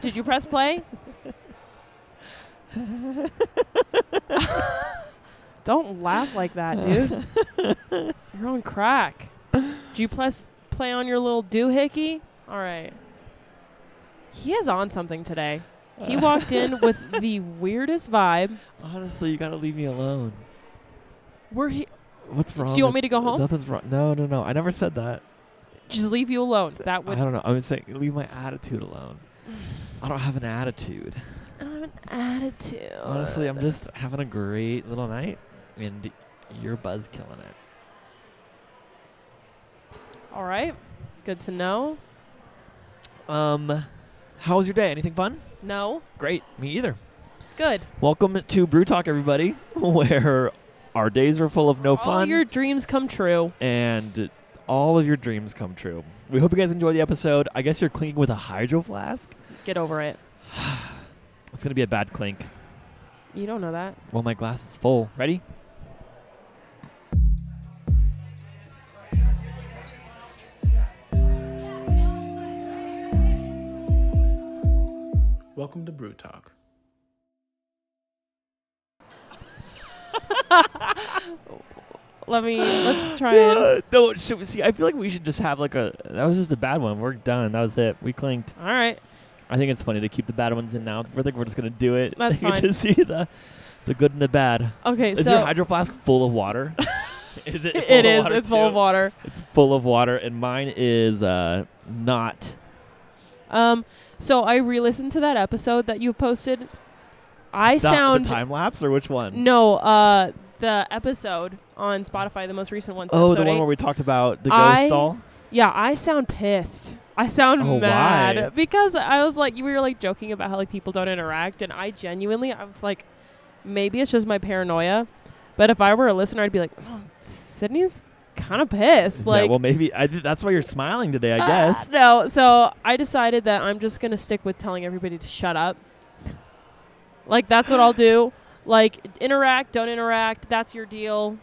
Did you press play? Don't laugh like that, dude. You're on crack. Did you press play on your little doohickey? All right. He is on something today. He walked in with the weirdest vibe. Honestly, you gotta leave me alone. We're he- What's wrong? Do you want with- me to go home? Nothing's wrong. No, no, no. I never said that. Just leave you alone. That would. I don't know. I would say leave my attitude alone. I don't have an attitude. I don't have an attitude. Honestly, I'm just having a great little night, and you're buzz killing it. All right. Good to know. Um, how was your day? Anything fun? No. Great. Me either. Good. Welcome to Brew Talk, everybody, where our days are full of no All fun your dreams come true. and all of your dreams come true. We hope you guys enjoy the episode. I guess you're clinking with a hydro flask. Get over it. It's gonna be a bad clink. You don't know that. Well, my glass is full. Ready? Welcome to Brew Talk. Let me. Let's try it. no, should we see? I feel like we should just have like a. That was just a bad one. We're done. That was it. We clinked. All right. I think it's funny to keep the bad ones in now. I think we're just gonna do it. That's You get to see the, the good and the bad. Okay. Is so your hydro flask full of water? is it? Full it of is. Water It's full of too? water. It's full of water, and mine is uh, not. Um. So I re-listened to that episode that you posted. I That- sound the time lapse or which one? no. Uh, the episode on Spotify, the most recent one. Oh, the episode one eight. where we talked about the ghost I- doll. Yeah, I sound pissed. I sound Oh, mad why? because I was like, you were like joking about how like people don't interact, and I genuinely, I was like, maybe it's just my paranoia, but if I were a listener, I'd be like, oh, Sydney's kind of pissed. yeah, like, well, maybe I th- that's why you're smiling today. I ah, guess. no. So I decided that I'm just gonna stick with telling everybody to shut up. Like that's what I'll do. Like interact, don't interact. That's your deal.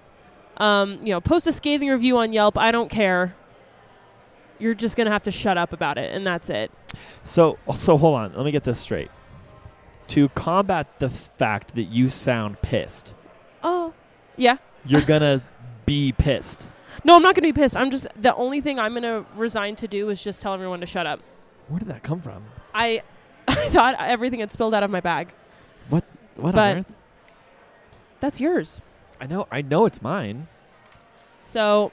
Um, you know, post a scathing review on Yelp. I don't care. You're just gonna have to shut up about it, and that's it. So, so hold on. Let me get this straight. To combat the s- fact that you sound pissed, Oh, yeah. you're gonna be pissed. No, I'm not gonna be pissed. I'm just the only thing I'm gonna resign to do is just tell everyone to shut up. Where did that come from? I, I thought everything had spilled out of my bag. What But- on earth? That's yours. I know. I know it's mine. So,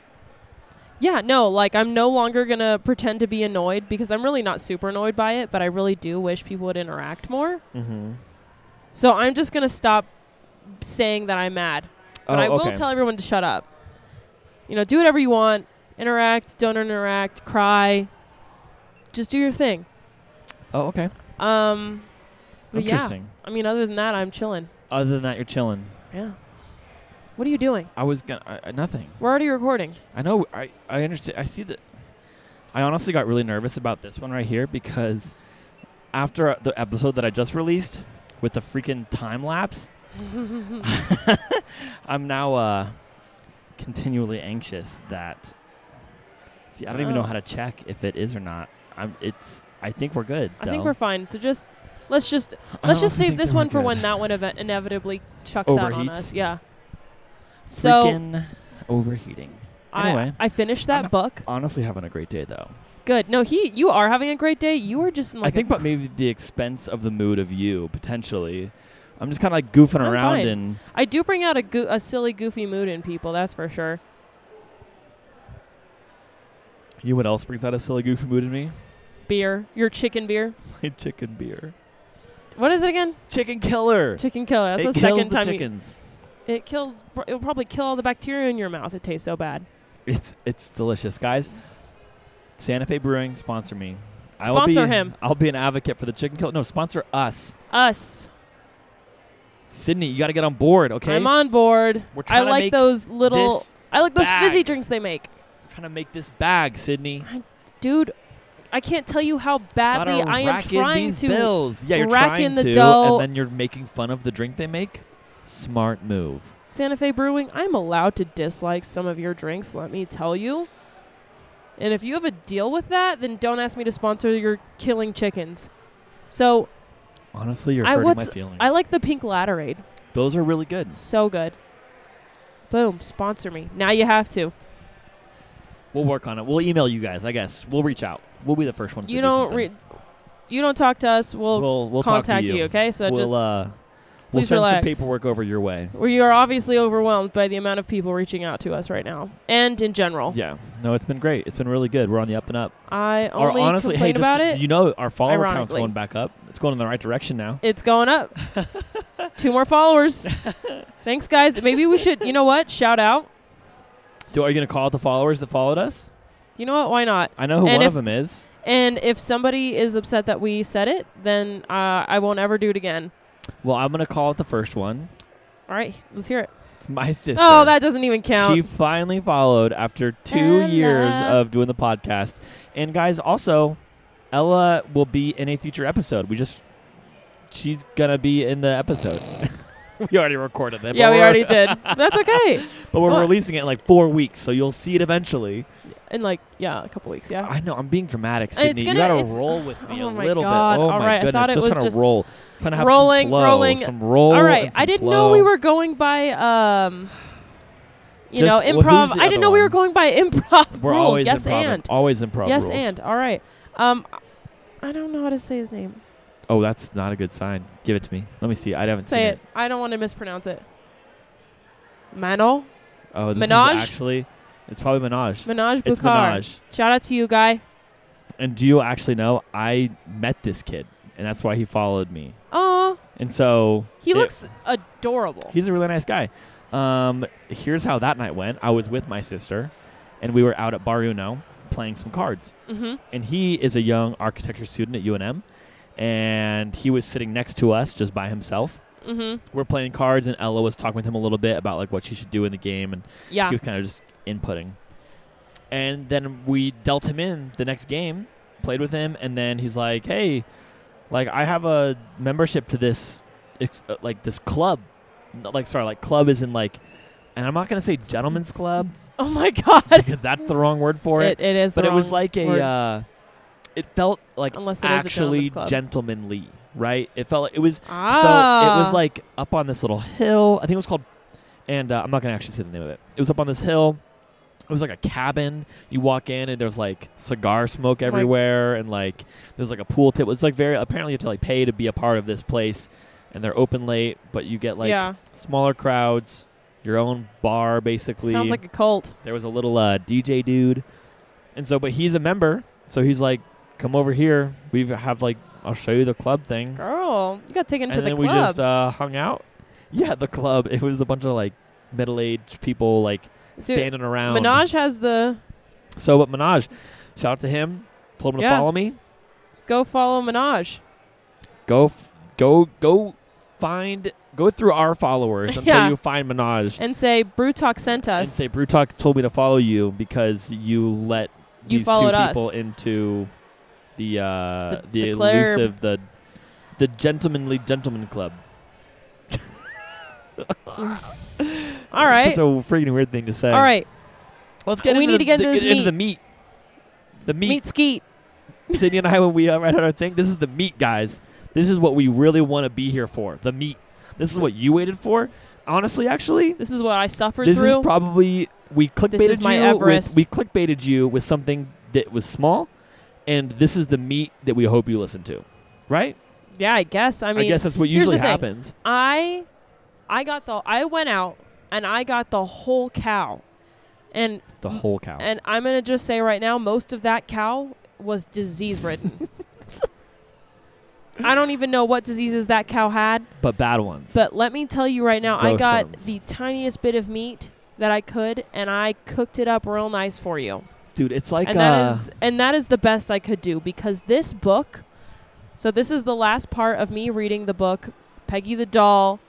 yeah, no, like I'm no longer going to pretend to be annoyed because I'm really not super annoyed by it, but I really do wish people would interact more. Mm-hmm. So I'm just going to stop saying that I'm mad. But oh, I will okay. tell everyone to shut up. You know, do whatever you want, interact, don't interact, cry. Just do your thing. Oh, okay. Um, but yeah, Interesting. I mean, other than that, I'm chilling. Other than that, you're chilling. Yeah. What are you doing? I was gonna I, I- nothing. We're already recording. I know. I I understand. I see that. I honestly got really nervous about this one right here because after the episode that I just released with the freaking time lapse, I'm now uh, continually anxious that. See, I don't even know Oh. how to check if it is or not. I'm. It's. I think we're good. I think though. Oh, we're fine. So just let's just I Let's just save honestly think this that we're one for good. when that one event inevitably chucks out on Overheats. us. Yeah. So Freaking overheating. anyway. I I finished that I'm- book. Honestly, having a great day though. Good. No, he you are having a great day. You are just in like I think, a, but maybe the expense of the mood of you potentially. I'm just kind of like goofing I'm around fine. and I do bring out a goo a silly goofy mood in people. That's for sure. you. know What else brings out a silly goofy mood in me? Beer, your chicken beer. My chicken beer, What is it again? chicken killer. Chicken killer. That's it the kills second the time you, chickens. it kills. pr- It'll probably kill all the bacteria in your mouth. It tastes so bad. It's it's delicious, guys. Santa Fe Brewing sponsor me. I Sponsor will be, him. I'll be an advocate for the chicken killer. No, sponsor us, Us. Sydney. You got to get on board, okay? I'm on board. We're trying I to like make those little. this I like those fizzy bag. drinks they make. trying to make this bag, Sydney. dude i can't tell you how badly Gotta i am rack in trying these to bills. Yeah, you're rack trying in the to, dough. and then you're making fun of the drink they make. Smart move. santa fe brewing i'm allowed to dislike some of your drinks let me tell you and if you have a deal with that then don't ask me to sponsor your killing chickens So Honestly, you're I- hurting my what's- feelings. I like the pink latterade. Those are really good. So good. Boom. Sponsor me. Now you have to. We'll work on it. We'll email you guys. I guess we'll reach out. We'll be the first ones. to you do don't something. re- you don't talk to us. We'll, We'll we'll talk contact to you. Okay. So we'll just uh, we'll please send relax. some paperwork over your way. we are obviously overwhelmed by the amount of people reaching out to us right now and in general. Yeah. No, it's been great. It's been really good. We're on the up and up. I Or only honestly, hey, complain just, about it. you know our follower count's ironically. going back up. It's going in the right direction now. it's going up. Two more followers. Thanks, guys. Maybe we should. You know what? Shout out. Do, are you going to call out the followers that followed us? You know what? Why not? I know who And one if- of them is. And if somebody is upset that we said it, then uh, I won't ever do it again. Well, I'm going to call out the first one. All right, let's hear it. It's my sister. Oh, that doesn't even count. She finally followed after two Ella. years of doing the podcast. And guys, also, Ella will be in a future episode. We just, she's gonna be in the episode. we already recorded it. yeah, but we we're- already did. That's okay. But we're Well- releasing it in like four weeks, so you'll see it eventually. In like yeah, a couple weeks. Yeah. I know I'm being dramatic, And Oh. it's Sydney. gonna- you gotta it's- roll with me oh a my little God, bit. Oh all my right, I goodness, thought it just was trying just to roll, trying to have rolling, some flow, rolling. some roll. All right. and some I didn't know flow. we were going by um, you Just- know, well, who's improv. the I didn't other know we one? were going by improv We're rules. always yes improv, and always improv. yes rules. and. All right. Um, I don't know how to say his name. Oh, that's not a good sign. Give it to me. Let me see. I haven't Say seen it. I don't want to mispronounce it. Mano, Oh, this Minaj? is actually it's probably Minaj. Minaj It's Bukhar. Minaj. Shout out to you, guy. And do you actually know I met this kid and that's why he followed me. Oh, And so he it- looks adorable. he's a really nice guy. Um, here's how that night went. I was with my sister and we were out at Bar Uno playing some cards. hmm And he is a young architecture student at UNM and he was sitting next to us just by himself. hmm We're playing cards and Ella was talking with him a little bit about like what she should do in the game and Yeah. He was kind of just inputting. And then we dealt him in the next game, played with him, and then he's like, "Hey, like I have a membership to this, ex- uh, like this club, No, like sorry, like club is in like, and I'm not gonna say gentleman's club Oh my god. because that's the wrong word for it. It, it is. but the it was wrong like a, word. uh, it felt like Unless it is a actually gentleman's club. gentlemanly, right? It felt like it was so it ah. was like up on this little hill. I think it was called, and uh, I'm not gonna actually say the name of it. It was up on this hill. It was like a cabin. You walk in and there's like cigar smoke everywhere, and like there's like a pool tip. It's like very apparently you have to like pay to be a part of this place, and they're open late, but you get like yeah. smaller crowds, your own bar basically. Sounds like a cult. There was a little uh, DJ dude, and so but he's a member, so he's like, come over here. We have like I'll show you the club thing Girl, you got taken to and the then club. we just uh, hung out. Yeah, the club. It was a bunch of like middle-aged people like Dude, standing around. Minaj has the So, but Minaj, shout out to him. Told him Yeah. to follow me. go follow Minaj. Go, f- go, go. Find go through our followers until Yeah. you find Minaj and say Brew Talk sent and us. say Brew Talk told me to follow you because you let You these two followed us. people into the uh, The- the, the club. elusive the the gentlemanly gentleman club. All right, such a freaking weird thing to say. all right, Let's get We need into the, to get into the, this into the meat. The meet, meat. Skeet. Sydney and I, when we uh, write out our thing, this is the meat, guys. This is what we really want to be here for. The meat. This is what you waited for. Honestly, actually, This is what I suffered this through. is probably we clickbaited is my you. Everest. With, we clickbaited you with something that was small, and this is the meat that we hope you listen to. Right? yeah, I guess. I mean, guess that's what here's usually the thing. happens. I, I got the. I went out and I got the whole cow, and The whole cow. and I'm gonna just say right now, most of that cow was disease ridden. I don't even know what diseases that cow had, but bad ones. but let me tell you right now, I Gross got ones. the tiniest bit of meat that I could, and I cooked it up real nice for you. Dude, it's like and uh, that is and that is the best I could do because this book. So this is the last part of me reading the book, Peggy the Doll,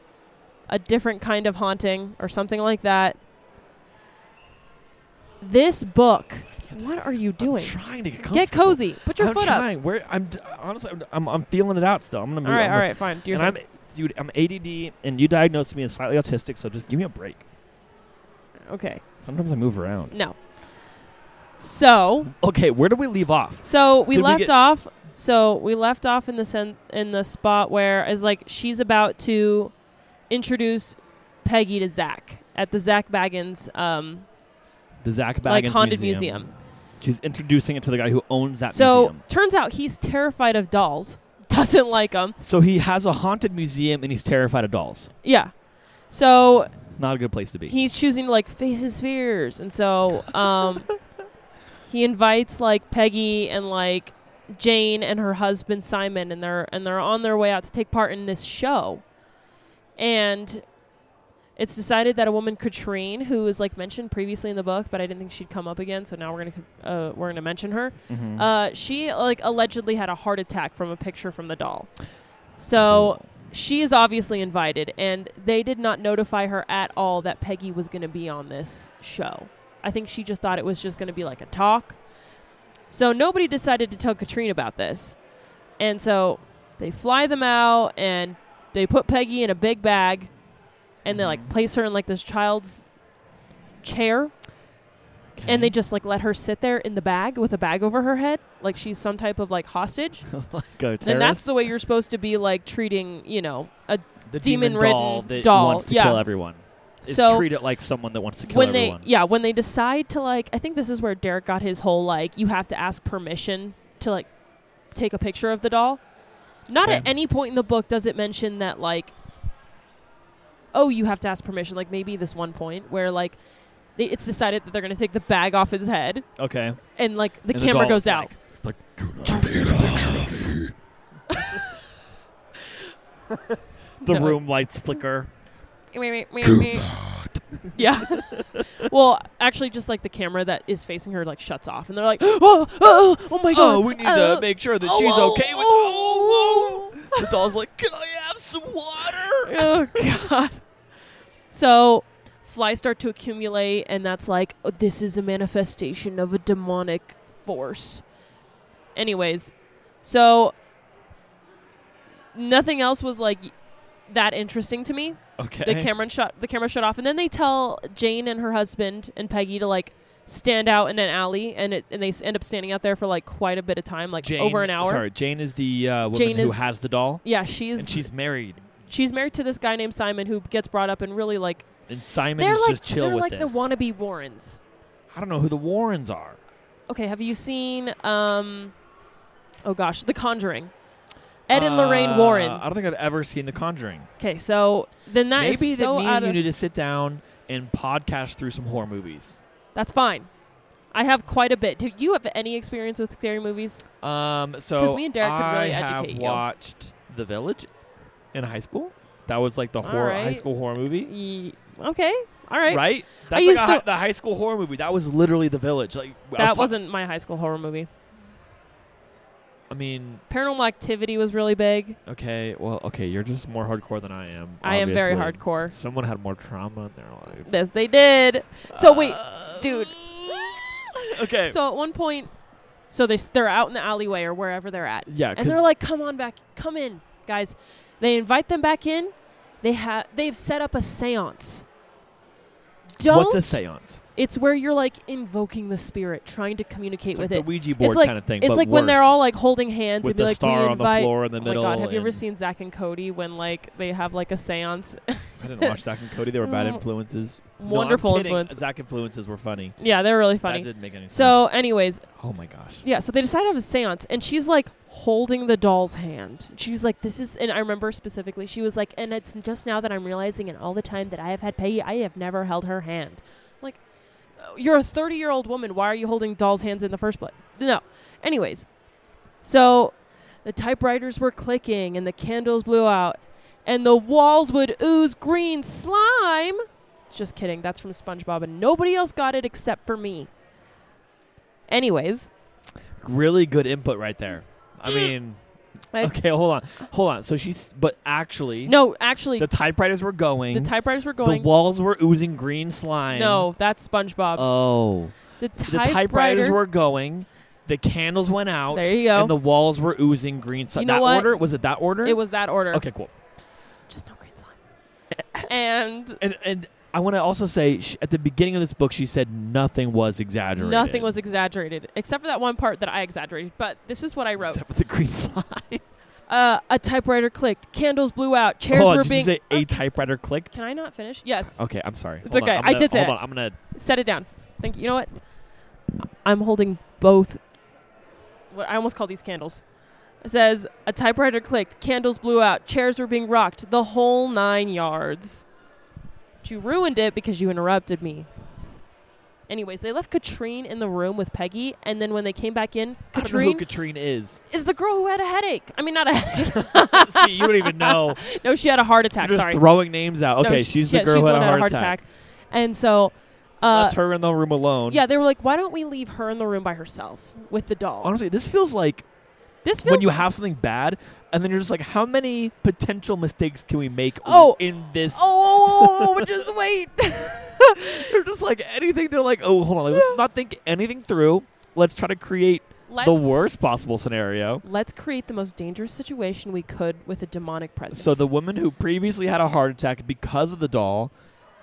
a different kind of haunting or something like that. This book. What are you I'm doing? trying to get comfortable. Get cozy. Put your I'm foot up. trying. Where I'm d- honestly, I'm, I'm, I'm feeling it out still. I'm gonna move. All right, I'm all gonna- right, fine. Do your and thing. I'm, dude, I'm ADD, and you diagnosed me as slightly autistic, so just give me a break. okay. Sometimes I move around. No. So Okay, where do we leave off? So we Did we left get- off. So we left off in the sen- in the spot where is like she's about to introduce Peggy to Zach at the Zach Baggins. Um, The Zach Baggins Like Haunted museum. Museum. She's introducing it to the guy who owns that so museum. turns out he's terrified of dolls. Doesn't like them. So he has a haunted museum and he's terrified of dolls. Yeah. So Not a good place to be. he's choosing to like face his fears, and so um, he invites like Peggy and like Jane and her husband Simon, and they're and they're on their way out to take part in this show, and it's decided that a woman Katrine, who is like mentioned previously in the book, but I didn't think she'd come up again, so now we're gonna uh, we're gonna mention her. Mhm. Uh, she like allegedly had a heart attack from a picture from the doll, so she is obviously invited, and they did not notify her at all that Peggy was going to be on this show. I think she just thought it was just going to be like a talk. So nobody decided to tell Katrine about this. And so they fly them out and they put Peggy in a big bag and they like Mhm. place her in like this child's chair and they Mm-hmm. just like let her sit there in the bag with a bag over her head like she's some type of like hostage. like a And that's terrorist? the way you're supposed to be like treating, you know, a the demon demon, doll ridden that doll, wants to yeah. kill everyone. Is So- treat it like someone that wants to kill when they everyone. yeah when they decide to like i think this is where derek got his whole like you have to ask permission to like take a picture of the doll not at Okay. any point in the book does it mention that like oh you have to ask permission like maybe this one point where like they, it's decided that they're going to take the bag off his head okay. and like the And camera doll is goes out Like, like, the No. room lights flicker. yeah well actually just like the camera that is facing her like shuts off and they're like oh oh, oh my god oh." make sure that oh, oh, oh, oh. The doll's like, can I have some water? oh god so flies start to accumulate and that's like "Oh, this is a manifestation of a demonic force anyways so nothing else was like that interesting to me Okay. the camera shut the camera shut off and then they tell jane and her husband and peggy to like stand out in an alley and it and they s- end up standing out there for like quite a bit of time like Jane, over an hour Sorry, Jane is the uh, woman Jane who is- has the doll, yeah she's and she's married. she's married to this guy named simon who gets brought up and really like And Simon they're is like just chill they're with like this. the wannabe Warrens. I don't know who the Warrens are. Okay, have you seen? um Oh gosh, The Conjuring. Ed and Lorraine Uh, Warren. I don't think I've ever seen The Conjuring. Okay, so then that is Maybe so that me out and of you need to sit down and podcast through some horror movies. that's fine. I have quite a bit. Do you have any experience with scary movies? Um, so 'Cause me and Derek could I really have educate you. watched The Village in high school. That was like the All horror high right. school horror movie, Ye- okay, all right. right? That's like used a, to- hi- the high school horror movie. That was literally The Village. Like I That was ta- was not my high school horror movie. I mean, Paranormal Activity was really big. okay, well, okay, you're just more hardcore than I am. I am very obviously. hardcore. Someone had more trauma in their life. Yes, they did. So wait, dude. okay. So at one point, so they s- they're out in the alleyway or wherever they're at. yeah, and because they're like, "Come on back, come in, guys." They invite them back in. They have they've set up a séance. Don't what's a séance? It's where you're like invoking the spirit, trying to communicate It's like with the it. Ouija board it's like kind of thing. it's but like when they're worse, all like holding hands with and be the like, star "We on invite." the floor in the middle. oh my god, have you ever and- seen Zach and Cody when like they have like a séance? I didn't watch Zach and Cody. They were bad Mm. influences. Wonderful no, I'm kidding. influence. Zach influences were funny. Yeah, they're really That funny. didn't make any sense. So, anyways, oh my gosh. Yeah, so they decide to have a seance, and she's like holding the doll's hand. She's like, This is, and I remember specifically, she was like, And it's just now that I'm realizing, and all the time that I have had Peggy, I have never held her hand. I'm like, "Oh, you're a 30 year old woman. Why are you holding doll's hands in the first place? No. Anyways, so the typewriters were clicking, and the candles blew out, and the walls would ooze green slime. Just kidding. That's from SpongeBob, and nobody else got it except for me. Anyways, Really good input right there. I mean, I- okay, hold on, hold on. So she's, but actually, No, actually, the the, typewriters were going. typewriters were the going. walls were oozing green slime. no, uh, that's SpongeBob. Oh, the the typewriter. typewriters were going. The candles went out. There you go. And the walls were oozing green slime. You know that what? order was it? That order? It was that order. Okay, cool. Just no green slime. and And and I want to also say sh at the beginning of this book, she said nothing was exaggerated. Nothing was exaggerated, except for that one part that I exaggerated. But this is what I wrote: except for the green slide. uh, a typewriter clicked, candles blew out, chairs Hold on, were Oh, did being. you say a Okay. typewriter clicked? Can I not finish? Yes. Okay, I'm sorry. It's Hold on, okay, I'm I gonna- did say Hold it. on, I'm gonna. Set it down. Thank you. You know what? I'm holding both. What I almost call these candles. It says a typewriter clicked, candles blew out, chairs were being rocked, the whole nine yards. But you ruined it because you interrupted me. Anyways, they left Katrine in the room with Peggy, and then when they came back in, I don't know who Katrine Katrine is. is the girl who had a headache. I mean, not a headache. See, you don't even know. no, she had a heart attack. You're just sorry. throwing names out. No, Okay, she- she's the yeah, girl she's who had one a heart, attack. attack. And so, uh, Left her in the room alone. Yeah, they were like, why don't we leave her in the room by herself with the doll? Honestly, this feels like this feels when you have something bad, and then you're just like, how many potential mistakes can we make Oh. in this? oh, oh, oh, oh, just wait. They're just like anything. They're like, oh, hold on, like, let's not think anything through. Let's try to create let's the worst possible scenario. let's create the most dangerous situation we could with a demonic presence. So the woman who previously had a heart attack because of the doll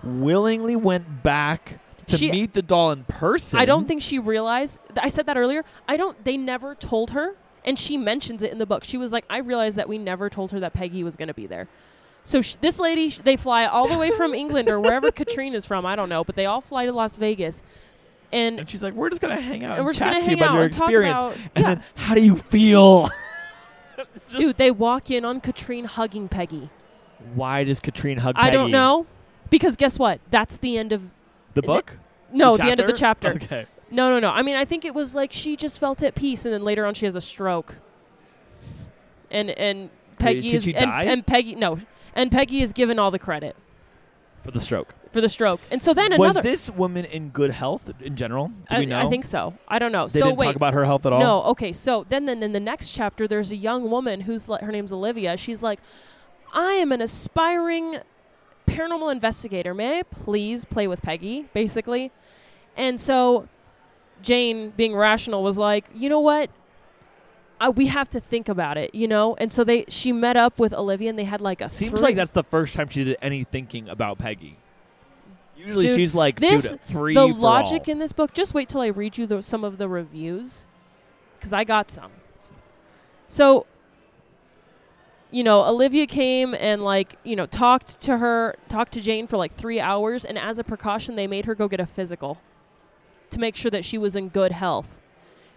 willingly went back to She- meet the doll in person. I don't think she realized. th- I said that earlier. I don't. They never told her, and she mentions it in the book. She was like, I realized that we never told her that Peggy was going to be there. So sh- this lady, sh- they fly all the way from England or wherever Katrine is from. I don't know, but they all fly to Las Vegas, and. And she's like, "We're just gonna hang out and and, we're just chat gonna to you hang about out your and talk experience." about and yeah. then, how do you feel? It's just- Dude, they walk in on Katrine hugging Peggy. why does Katrine hug? I don't Peggy? know. Because guess what? That's the end of The book. no, the, end of the chapter. Okay. No, no, no. I mean, I think it was like she just felt at peace, and then later on she has a stroke. And and Peggy did is she and, die? and Peggy no, and Peggy is given all the credit For the stroke. for the stroke. And so then was another. this woman in good health in general? Do I, we know? I think so. I don't know. they so didn't wait, talk about her health at all. No, okay. So then, then in the next chapter, there's a young woman who's like, her name's Olivia. She's like, I am an aspiring paranormal investigator. May I please play with Peggy, basically? And so Jane, being rational, was like, you know what? I, we have to think about it, you know. And so they, she met up with Olivia, and they had like a. Seems three- like that's the first time she did any thinking about Peggy. Usually Dude, she's like, this- dude, free the for logic all. in this book. Just wait till I read you the, some of the reviews, because I got some. So, you know, Olivia came and like you know talked to her, talked to Jane for like three hours, and as a precaution, they made her go get a physical to make sure that she was in good health.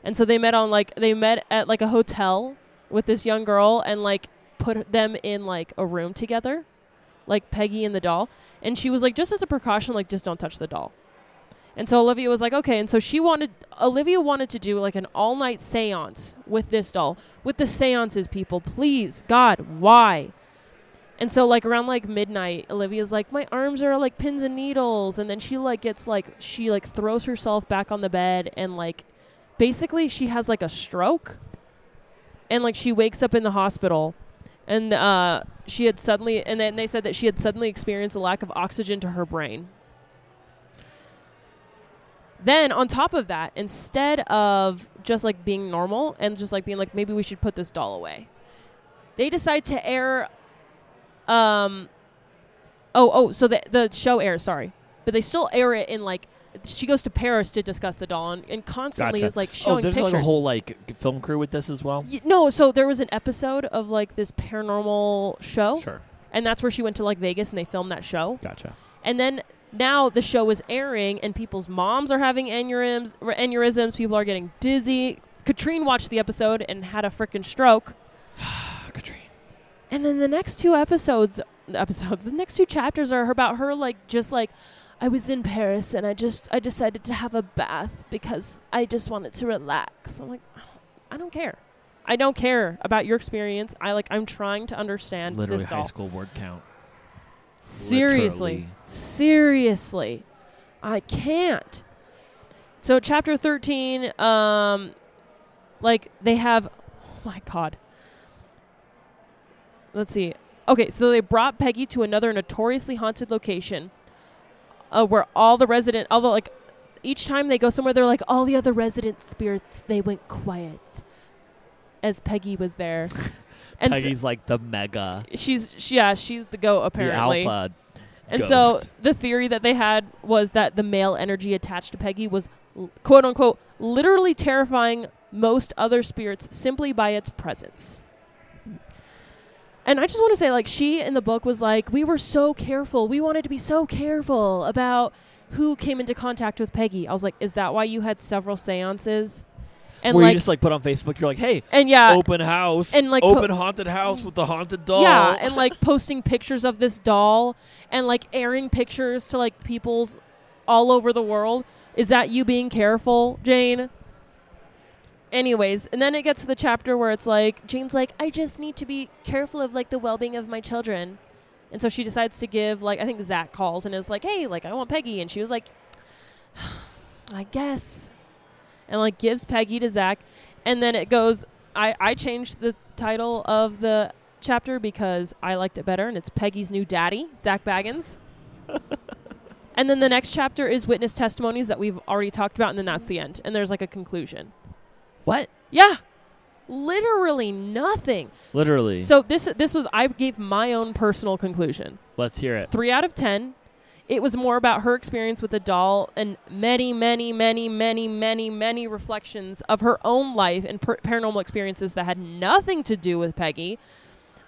And so they met on like they met at like a hotel with this young girl and like put them in like a room together, like Peggy and the doll. And she was like, just as a precaution, like just don't touch the doll. And so Olivia was like, okay. And so she wanted, Olivia wanted to do like an all night seance with this doll, with the seances, people. Please, God, why? And so, like, around like midnight, Olivia's like, my arms are like pins and needles. And then she, like, gets like, she, like, throws herself back on the bed and, like, basically she has like a stroke. And, like, she wakes up in the hospital. And uh, she had suddenly, and then they said that she had suddenly experienced a lack of oxygen to her brain. Then on top of that, instead of just like being normal and just like being like maybe we should put this doll away, they decide to air. Um. Oh, oh. So the the show airs. Sorry, but they still air it in like she goes to Paris to discuss the doll and, and constantly Gotcha. is like showing Oh, there's pictures. like a whole like film crew with this as well. Y- no, so there was an episode of like this paranormal show, Sure, and that's where she went to like Vegas and they filmed that show. gotcha. And then now the show is airing, and people's moms are having aneurysms. r- Aneurysms. People are getting dizzy. Katrine watched the episode and had a freaking stroke. Ah, Katrine. And then the next two episodes, episodes, the next two chapters are about her like just like. I was in Paris and I just I decided to have a bath because I just wanted to relax. I'm like, I don't, I don't care. I don't care about your experience. I like I'm trying to understand Literally this doll. high school word count. Seriously. Literally. Seriously. I can't. So chapter 13 um like they have oh my god. Let's see. Okay, so they brought Peggy to another notoriously haunted location uh, where all the resident although like each time they go somewhere they're like all the other resident spirits they went quiet as Peggy was there. And so- Peggy's like the mega, she's she, yeah, she's the goat apparently. the alpha And so Ghost. the theory that they had was that the male energy attached to Peggy was l- quote unquote literally terrifying most other spirits simply by its presence. And I just want to say like she in the book was like we were so careful. We wanted to be so careful about who came into contact with Peggy. I was like is that why you had several séances? And Where like you just like put on Facebook, you're like, hey, and yeah, open house, and, like, po- open haunted house with the haunted doll. Yeah, and like posting pictures of this doll and like airing pictures to like people's all over the world. Is that you being careful, Jane? Anyways, and then it gets to the chapter where it's like Jane's like, I just need to be careful of like the well being of my children. And so she decides to give like I think Zach calls and is like, Hey, like I want Peggy and she was like I guess and like gives Peggy to Zach and then it goes I, I changed the title of the chapter because I liked it better, and it's Peggy's new daddy, Zach Baggins. and then the next chapter is witness testimonies that we've already talked about, and then that's the end. And there's like a conclusion. what? Yeah, literally nothing. Literally. So this this was I gave my own personal conclusion. Let's hear it. Three out of ten. It was more about her experience with the doll and many, many, many, many, many, many reflections of her own life and per- paranormal experiences that had nothing to do with Peggy.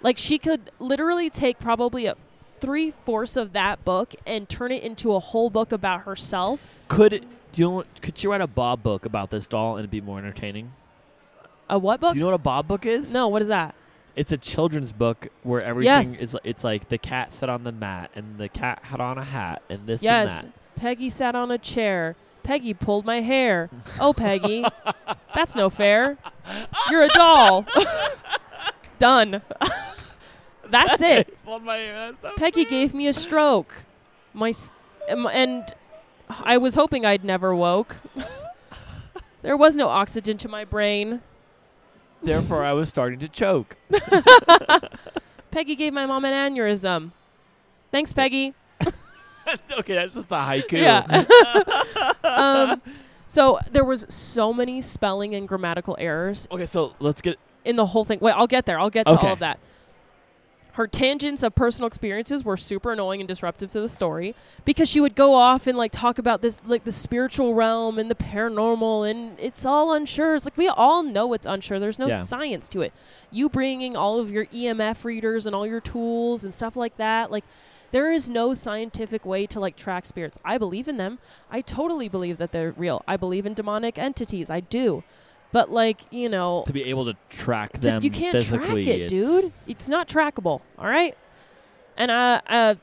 Like she could literally take probably a three fourths of that book and turn it into a whole book about herself. Could do you know, could you write a Bob book about this doll and it'd be more entertaining? A what book? Do you know what a Bob book is? no, what is that? It's a children's book where everything Yes. is it's like the cat sat on the mat and the cat had on a hat and this Yes, and that. Peggy sat on a chair. Peggy pulled my hair. Oh, Peggy, that's no fair. You're a doll. Done. that's it. Peggy gave me a stroke. My s- um, and I was hoping I'd never woke. there was no oxygen to my brain. Therefore, I was starting to choke. Peggy gave my mom an aneurysm. Thanks, Peggy. okay, that's just a haiku. Yeah. um, so there was so many spelling and grammatical errors Okay, so let's get in the whole thing. Wait, I'll get there. I'll get to Okay. all of that. Her tangents of personal experiences were super annoying and disruptive to the story because she would go off and like talk about this like the spiritual realm and the paranormal and it's all unsure. It's like we all know it's unsure. There's no Yeah. science to it. You bringing all of your EMF readers and all your tools and stuff like that, like there is no scientific way to like track spirits. I believe in them. I totally believe that they're real. I believe in demonic entities. I do. But like, you know, to be able to track to- them you can't physically. track it, it's- dude. It's not trackable. All right. And I, uh,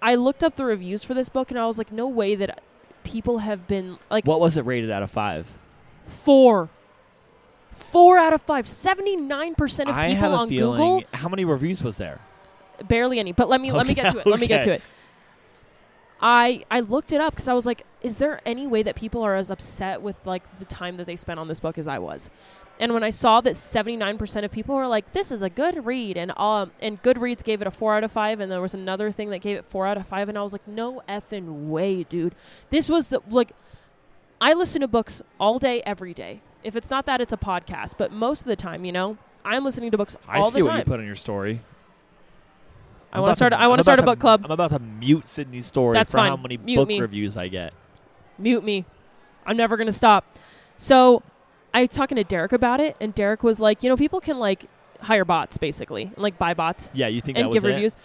I looked up the reviews for this book, and I was like, no way that people have been like What was it rated out of five? four, four out of five, seventy nine percent of I people have a on feeling. Google, How many reviews was there? barely any. But let me let me Okay, get to it. Let me get okay. to it. I I looked it up because I was like, is there any way that people are as upset with like the time that they spent on this book as I was? And when I saw that 79% of people were like, "This is a good read," and um, and Goodreads gave it a four out of five, and there was another thing that gave it four out of five, and I was like, "No effing way, dude! This was the like." I listen to books all day, every day. If it's not that, it's a podcast. But most of the time, you know, I'm listening to books I all see the what time. you put on your story. I I'm wanna about start a- I I'm wanna about start a book club. I'm about to mute Sydney's story That's for how fine. many Mute book me. reviews I get. mute me. I'm never gonna stop. So I was talking to Derek about it, and Derek was like, you know, people can like hire bots basically, and, like buy bots Yeah, you think that and was give it? reviews.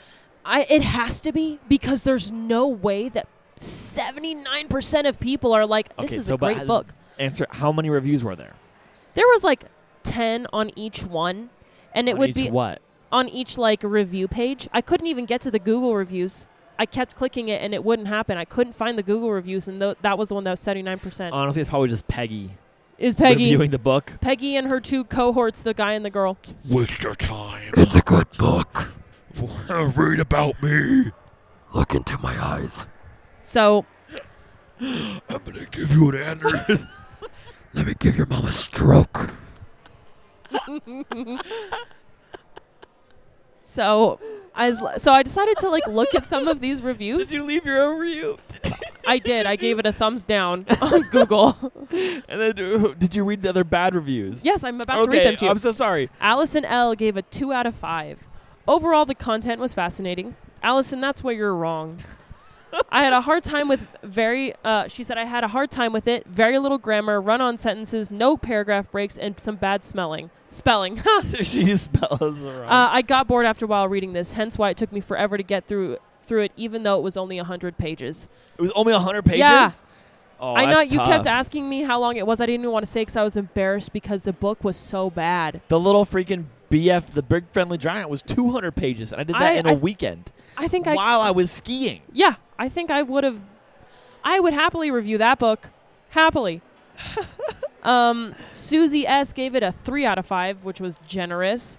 I it has to be because there's no way that 79% of people are like, this Okay, is so a but great I- book. Answer. How many reviews were there? There was like 10 on each one, and it On would each be what? on each like review page. I couldn't even get to the Google reviews. I kept clicking it and it wouldn't happen. I couldn't find the Google reviews, and th- that was the one that was 79%. Honestly, it's probably just Peggy, is Peggy. reviewing the book. Peggy and her two cohorts, the guy and the girl. Waste your time. It's a good book. Read about me. Look into my eyes. So I'm gonna give you an aneurysm. Let me give your mom a stroke. so I was, so I decided to like look at some of these reviews. leave your own review? I did. I gave it a thumbs down on Google. And then uh, did you read the other bad reviews? yes, I'm about to okay, read them to you. I'm so sorry. Allison L gave a 2 out of 5. Overall, the content was fascinating. Allison, that's where you're wrong. I had a hard time with very. Uh, she said I had a hard time with it. Very little grammar, run-on sentences, no paragraph breaks, and some bad smelling spelling. uh, she spells wrong. I got bored after a while reading this, hence why it took me forever to get through through it, even though it was only hundred pages. it was only 100 pages? Yeah. Oh, I know that's you kept tough. asking me how long it was. I didn't even want to say because I was embarrassed because the book was so bad. The little freaking BF, the Big Friendly Giant, was 200 pages, and I did that I- in a I- weekend I think I while I was skiing. Yeah, I think I would have. I would happily review that book, happily. um, Susie S gave it a three out of five, which was generous.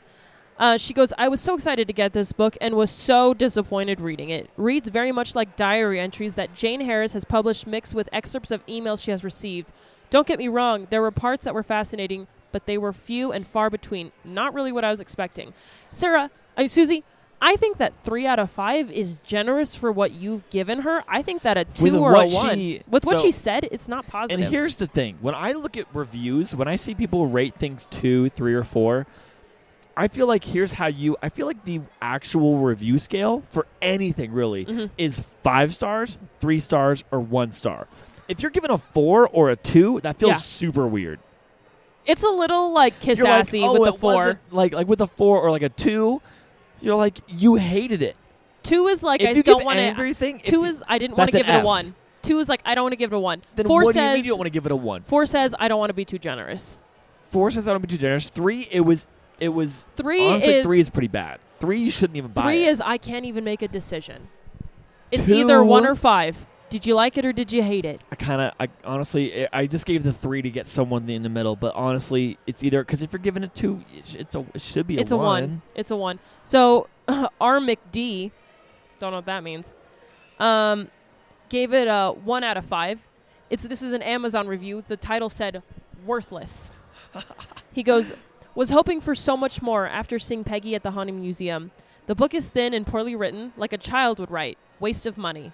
Uh, she goes, I was so excited to get this book and was so disappointed reading it. Reads very much like diary entries that Jane Harris has published, mixed with excerpts of emails she has received. Don't get me wrong, there were parts that were fascinating, but they were few and far between. Not really what I was expecting. Sarah, I mean, Susie, I think that three out of five is generous for what you've given her. I think that a two or a what one. she- with what so- she said, it's not positive. And here's the thing: when I look at reviews, when I see people rate things two, three, or four, I feel like here's how you. I feel like the actual review scale for anything really Mhm. is five stars, three stars, or one star. If you're given a four or a two, that feels Yeah. super weird. it's a little like kiss You're like, assy "Oh, with it the 4 wasn't- like like with a four or like a two, you're like you hated it. Two is like if I you don't give want to. everything, if Two you- is I didn't want That's to an give it a F. one. Two is like I don't want to give it a one. then four what do you says mean you don't want to give it a one? four says I don't want to be too generous. Four says I don't be too generous. Three, it was it was Three Honestly, is three is pretty bad. Three, you shouldn't even buy three it. is I can't even make a decision. It's either one Two- or five. Did you like it or did you hate it? I kind of, I honestly, I I just gave the three to get someone in the middle. But honestly, it's either because if you're giving it two, it sh- it's a, it should be a it's a one. It's a one. So R McD, don't know what that means. Um, gave it a one out of five. It's this is an Amazon review. The title said worthless. he goes, was hoping for so much more after seeing Peggy at the Haunted Museum. The book is thin and poorly written, like a child would write. Waste of money.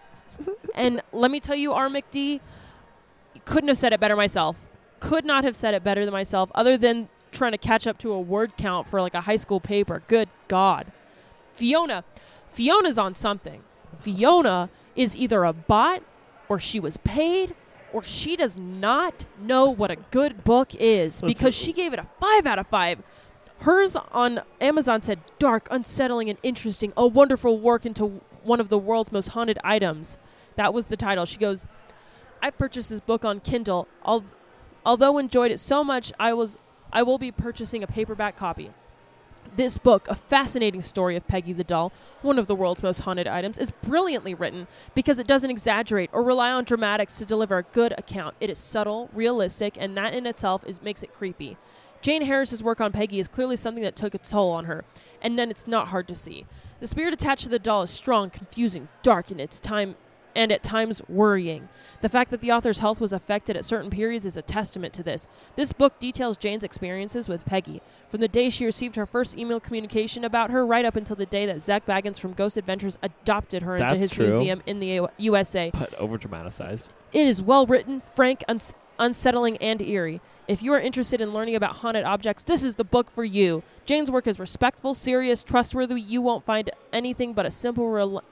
and let me tell you, R McD, couldn't have said it better myself. Could not have said it better than myself, other than trying to catch up to a word count for like a high school paper. Good God. Fiona, Fiona's on something. Fiona is either a bot or she was paid or she does not know what a good book is because she gave it a five out of five. Hers on Amazon said dark, unsettling, and interesting, a wonderful work into one of the world's most haunted items. That was the title. She goes, I purchased this book on Kindle. Al- although enjoyed it so much, I was I will be purchasing a paperback copy. This book, a fascinating story of Peggy the doll, one of the world's most haunted items, is brilliantly written because it doesn't exaggerate or rely on dramatics to deliver a good account. It is subtle, realistic, and that in itself is makes it creepy. Jane Harris's work on Peggy is clearly something that took its toll on her, and then it's not hard to see. The spirit attached to the doll is strong, confusing, dark in its time and at times worrying. The fact that the author's health was affected at certain periods is a testament to this. This book details Jane's experiences with Peggy, from the day she received her first email communication about her right up until the day that Zach Baggins from Ghost Adventures adopted her into That's his true. museum in the U- USA. But over dramatized. It is well written, frank, uns- unsettling, and eerie. If you are interested in learning about haunted objects, this is the book for you. Jane's work is respectful, serious, trustworthy. You won't find anything but a simple, rel-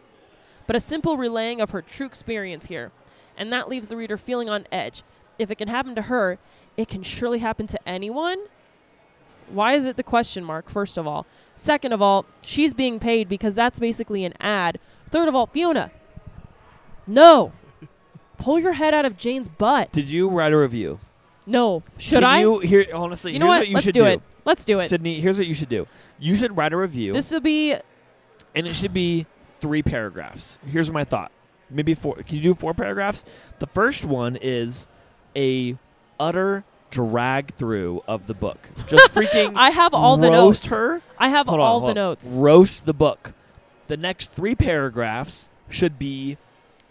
but a simple relaying of her true experience here, and that leaves the reader feeling on edge. If it can happen to her, it can surely happen to anyone. Why is it the question mark? First of all, second of all, she's being paid because that's basically an ad. Third of all, Fiona. No. Pull your head out of Jane's butt. Did you write a review? No. Should Can I? You here, honestly. You know here's what? what? you Let's should do, it. Let's do it. Sydney. Here's what you should do. You should write a review, This will be and it should be three paragraphs. Here's my thought. Maybe four. Can you do four paragraphs? The first one is a utter drag through of the book. Just freaking. I have all the roast notes. her. I have Hold on, all hold the on. notes. Roast the book. The next three paragraphs should be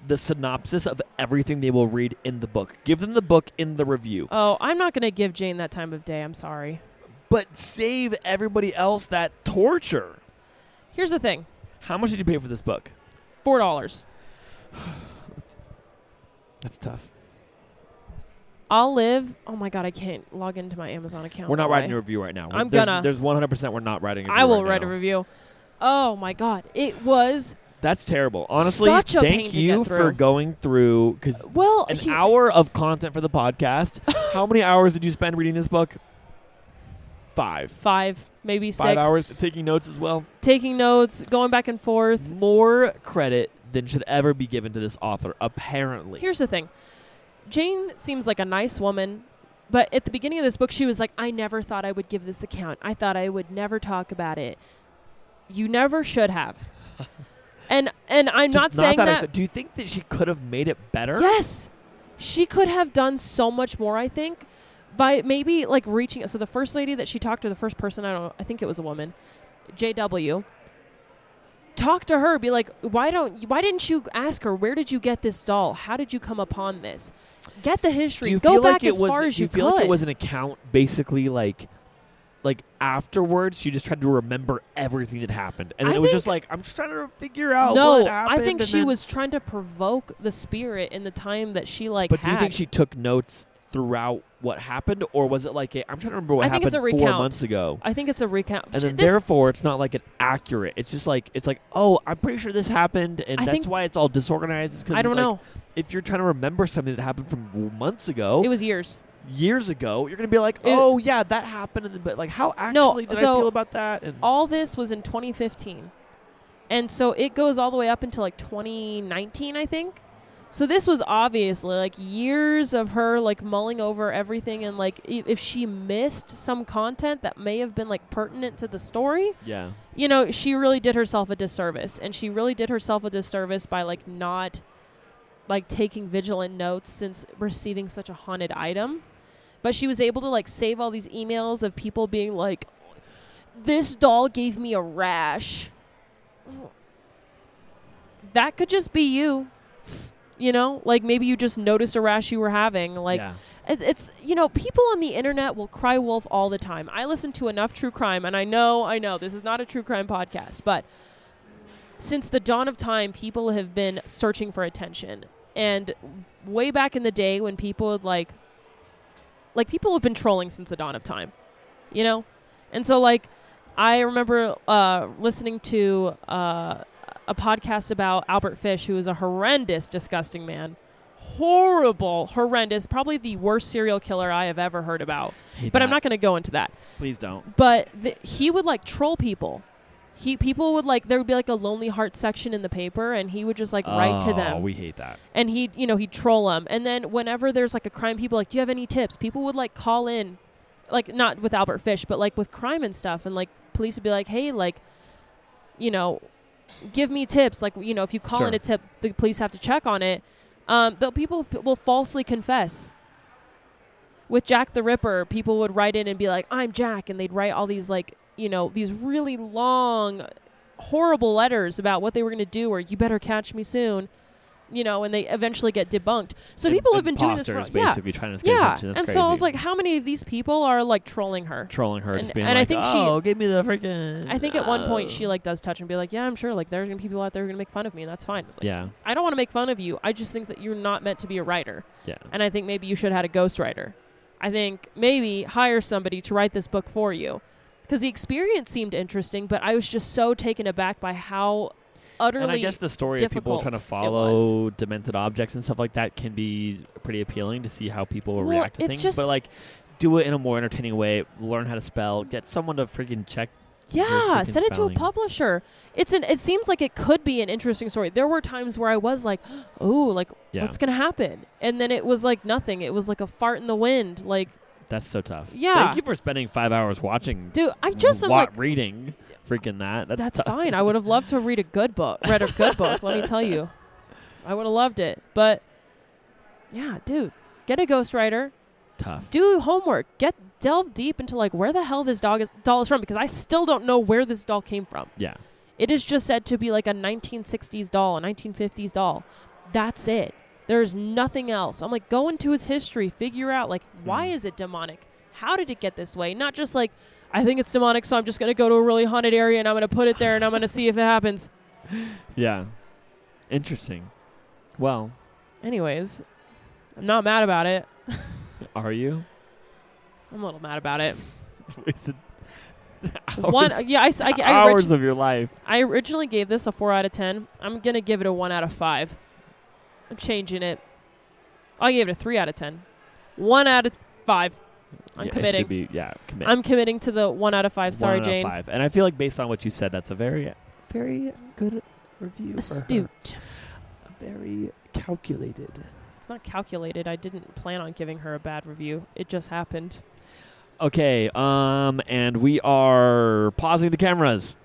the synopsis of everything they will read in the book. Give them the book in the review, Oh, I'm not going to give Jane that time of day. I'm sorry. but save everybody else that torture. Here's the thing. How much did you pay for this book? Four dollars. That's tough. I'll live. Oh my god, I can't log into my Amazon account. eh? We're not Why? writing a review right now. I'm there's, gonna. There's 100. percent We're not writing. A review I will right write now. a review. Oh my god, it was That's terrible. Honestly, Such a pain thank to you get through. Uh, for going through because Well, an he- hour of content for the podcast. How many hours did you spend reading this book? Five. five, maybe Five six. hours taking notes as well. Taking notes, going back and forth. More credit than should ever be given to this author, apparently. Here's the thing Jane seems like a nice woman, but at the beginning of this book, she was like, I never thought I would give this account. I thought I would never talk about it. You never should have. and and I'm Just not saying that. I that. said- do you think that she could have made it better? Yes. She could have done so much more, I think, by maybe like reaching so the first lady that she talked to, the first person, I don't know, I think it was a woman, JW. Talk to her, be like, "Why don't why didn't you ask her where did you get this doll? How did you come upon this?" Get the Do history. you Go feel back like it as was, far as do you, you, feel could. like it was an account basically like like afterwards she just tried to remember everything that happened and then I it was think- just like i'm just trying to figure out no, what I happened think and she then- was trying to provoke the spirit in the time that she like but do had. you think she took notes throughout what happened or was it like a, i'm trying to remember what I think happened it's a four recount. months ago I think it's a recount. and then This- therefore it's not like an accurate it's just like it's like oh i'm pretty sure this happened and I that's think- why it's all disorganized is 'cause I it's don't like, know. if you're trying to remember something that happened from w- months ago It was years. years ago, you're gonna be like, It- "Oh yeah, that happened," and then- but like, how actually did I so feel about that? And all this was in 2015 and so it goes all the way up until like 2019 i think so this was obviously like years of her like mulling over everything and like i- if she missed some content that may have been like pertinent to the story yeah, you know she really did herself a disservice and she really did herself a disservice by like not like taking vigilant notes since receiving such a haunted item but she was able to like save all these emails of people being like this doll gave me a rash that could just be you you know like maybe you just noticed a rash you were having like yeah. it, it's you know people on the internet will cry wolf all the time. I listen to enough true crime, and I know, I know, this is not a true crime podcast, but since the dawn of time, people have been searching for attention. And way back in the day, when people would like, like people have been trolling since the dawn of time, you know, and so like I remember uh, listening to uh, a podcast about Albert Fish, who is a horrendous, disgusting man horrible, horrendous, probably the worst serial killer I have ever heard about. Hate But I'm that. not going to go into that. Please don't. But th- he would like troll people. He people would like there would be like a lonely heart section in the paper, and he would just like write to Oh, them, we hate that. and he would you know he'd troll them. And then whenever there's like a crime, people like, do you have any tips? People would like call in, like not with Albert Fish, but like with crime and stuff, and like police would be like, hey, like, you know, give me tips. Like you know, if you call Sure. in a tip, the police have to check on it. Um, the people f- will falsely confess. With Jack the Ripper, people would write in and be like, "I'm Jack," and they'd write all these like you know these really long, horrible letters about what they were going to do or "You better catch me soon," you know, and they eventually get debunked. So people have been doing this for Imposters yeah, basically trying to get yeah. attention. And That's so I crazy. was like, "How many of these people are like trolling her?" trolling her, and- just being and I like, think she- "Oh, give me the freaking." I think at one point oh." she like does touch and be like, "Yeah, I'm sure like there's gonna be people out there who are gonna make fun of me, and that's fine." It's like, yeah, I don't want to make fun of you. I just think that you're not meant to be a writer. yeah. And I think maybe you should have had a ghostwriter. I think maybe hire somebody to write this book for you. Because the experience seemed interesting, but I was just so taken aback by how utterly. and I guess the story of people trying to difficult it was. follow demented objects and stuff like that can be pretty appealing to see how people Well, react to it's things. just- but like, do it in a more entertaining way. Learn how to spell. Get someone to freaking check. your yeah, freaking send it to a spelling. publisher. It's an. It seems like it could be an interesting story. There were times where I was like, "Oh, like Yeah, what's gonna happen?" And then it was like nothing. It was like a fart in the wind. Like, That's so tough. Yeah. Thank you for spending five hours watching. dude, I just am wa- like, reading freaking that. That's, That's tough. fine. I would have loved to read a good book. Read a good book. Let me tell you, I would have loved it. But yeah, dude, get a ghostwriter. tough. Do homework. Get delve deep into like where the hell this dog is doll is from because I still don't know where this doll came from. Yeah, It is just said to be like a 1960s doll, a 1950s doll. That's it. There's nothing else. I'm like, go into its history, figure out like why Hmm. is it demonic? How did it get this way? Not just like I think it's demonic, so I'm just gonna go to a really haunted area and I'm gonna put it there and I'm gonna see if it happens. yeah. Interesting. Well, Anyways, I'm not mad about it. are you? I'm a little mad about it. Wasted One, Hours- yeah, I, s- I, g- I, hours orig- of your life. I originally gave this a four out of ten. I'm gonna give it a one out of five. I'm changing it. I gave it a three out of ten. One out of five. I'm Yeah, It committing. should be, yeah, commit. I'm committing to the one out of five. Sorry, One out of Jane. five. And I feel like based on what you said, that's a very, very good review. Astute. Very calculated. It's not calculated. I didn't plan on giving her a bad review. It just happened. Okay. Um, and we are pausing the cameras.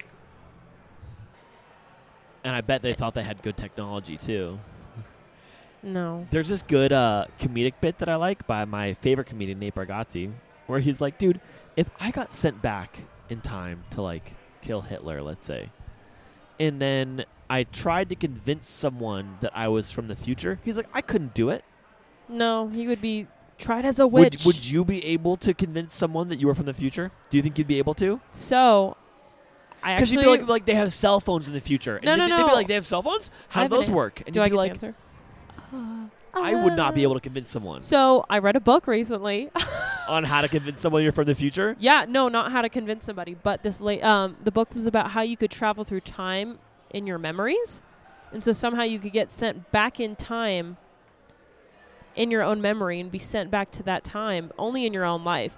And I bet they thought they had good technology too. No. There's this good uh, comedic bit that I like by my favorite comedian Nate Bargatze, where he's like, "Dude, if I got sent back in time to like kill Hitler, let's say, and then I tried to convince someone that I was from the future, he's like, I couldn't do it. No, he would be tried as a Would witch. would you be able to convince someone that you were from the future? Do you think you'd be able to? so, I Because actually you'd be like, like they have cell phones in the future. And No, they'd, no, be, they'd be no. like, they have cell phones. I How do have an those an- work? And do you'd I be get like, "Uh, the answer? I would not be able to convince someone So I read a book recently. on how to convince someone you're from the future. yeah, no, not how to convince somebody, but this late. Um, the book was about how you could travel through time in your memories, and so somehow you could get sent back in time in your own memory and be sent back to that time only in your own life.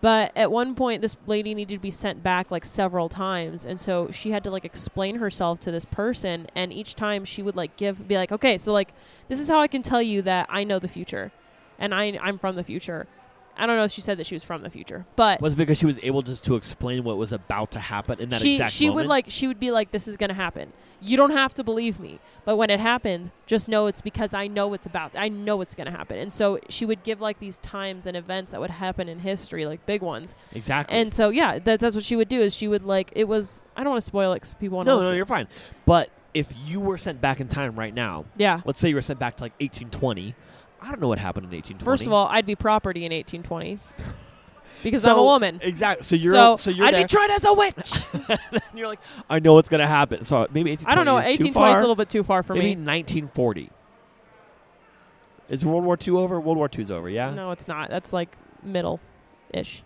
But at one point, this lady needed to be sent back like several times, and so she had to like explain herself to this person, and each time she would like give be like, okay, so like this is how I can tell you that I know the future, and I I'm from the future. I don't know if she said that she was from the future, but was because she was able just to explain what was about to happen in that she exact she moment. would like she would be like this is gonna happen you don't have to believe me but when it happens just know it's because i know it's about i know it's gonna happen and so she would give like these times and events that would happen in history like big ones exactly. and so yeah that, that's what she would do is she would like it was i don't want to spoil it 'cause people want to no, no, you're fine. But if you were sent back in time right now, yeah let's say you were sent back to like 1820, I don't know what happened in 1820. first of all i'd be property in 1820 because i'm So- a woman exactly. So you're so, so you're i'd there, be tried as a witch and you're like, I know what's gonna happen. So maybe 1820 i don't know is too 1820 is far. a little bit too far for maybe me 1940. Is World War II over? World War II's over. Yeah. no it's not that's like middle ish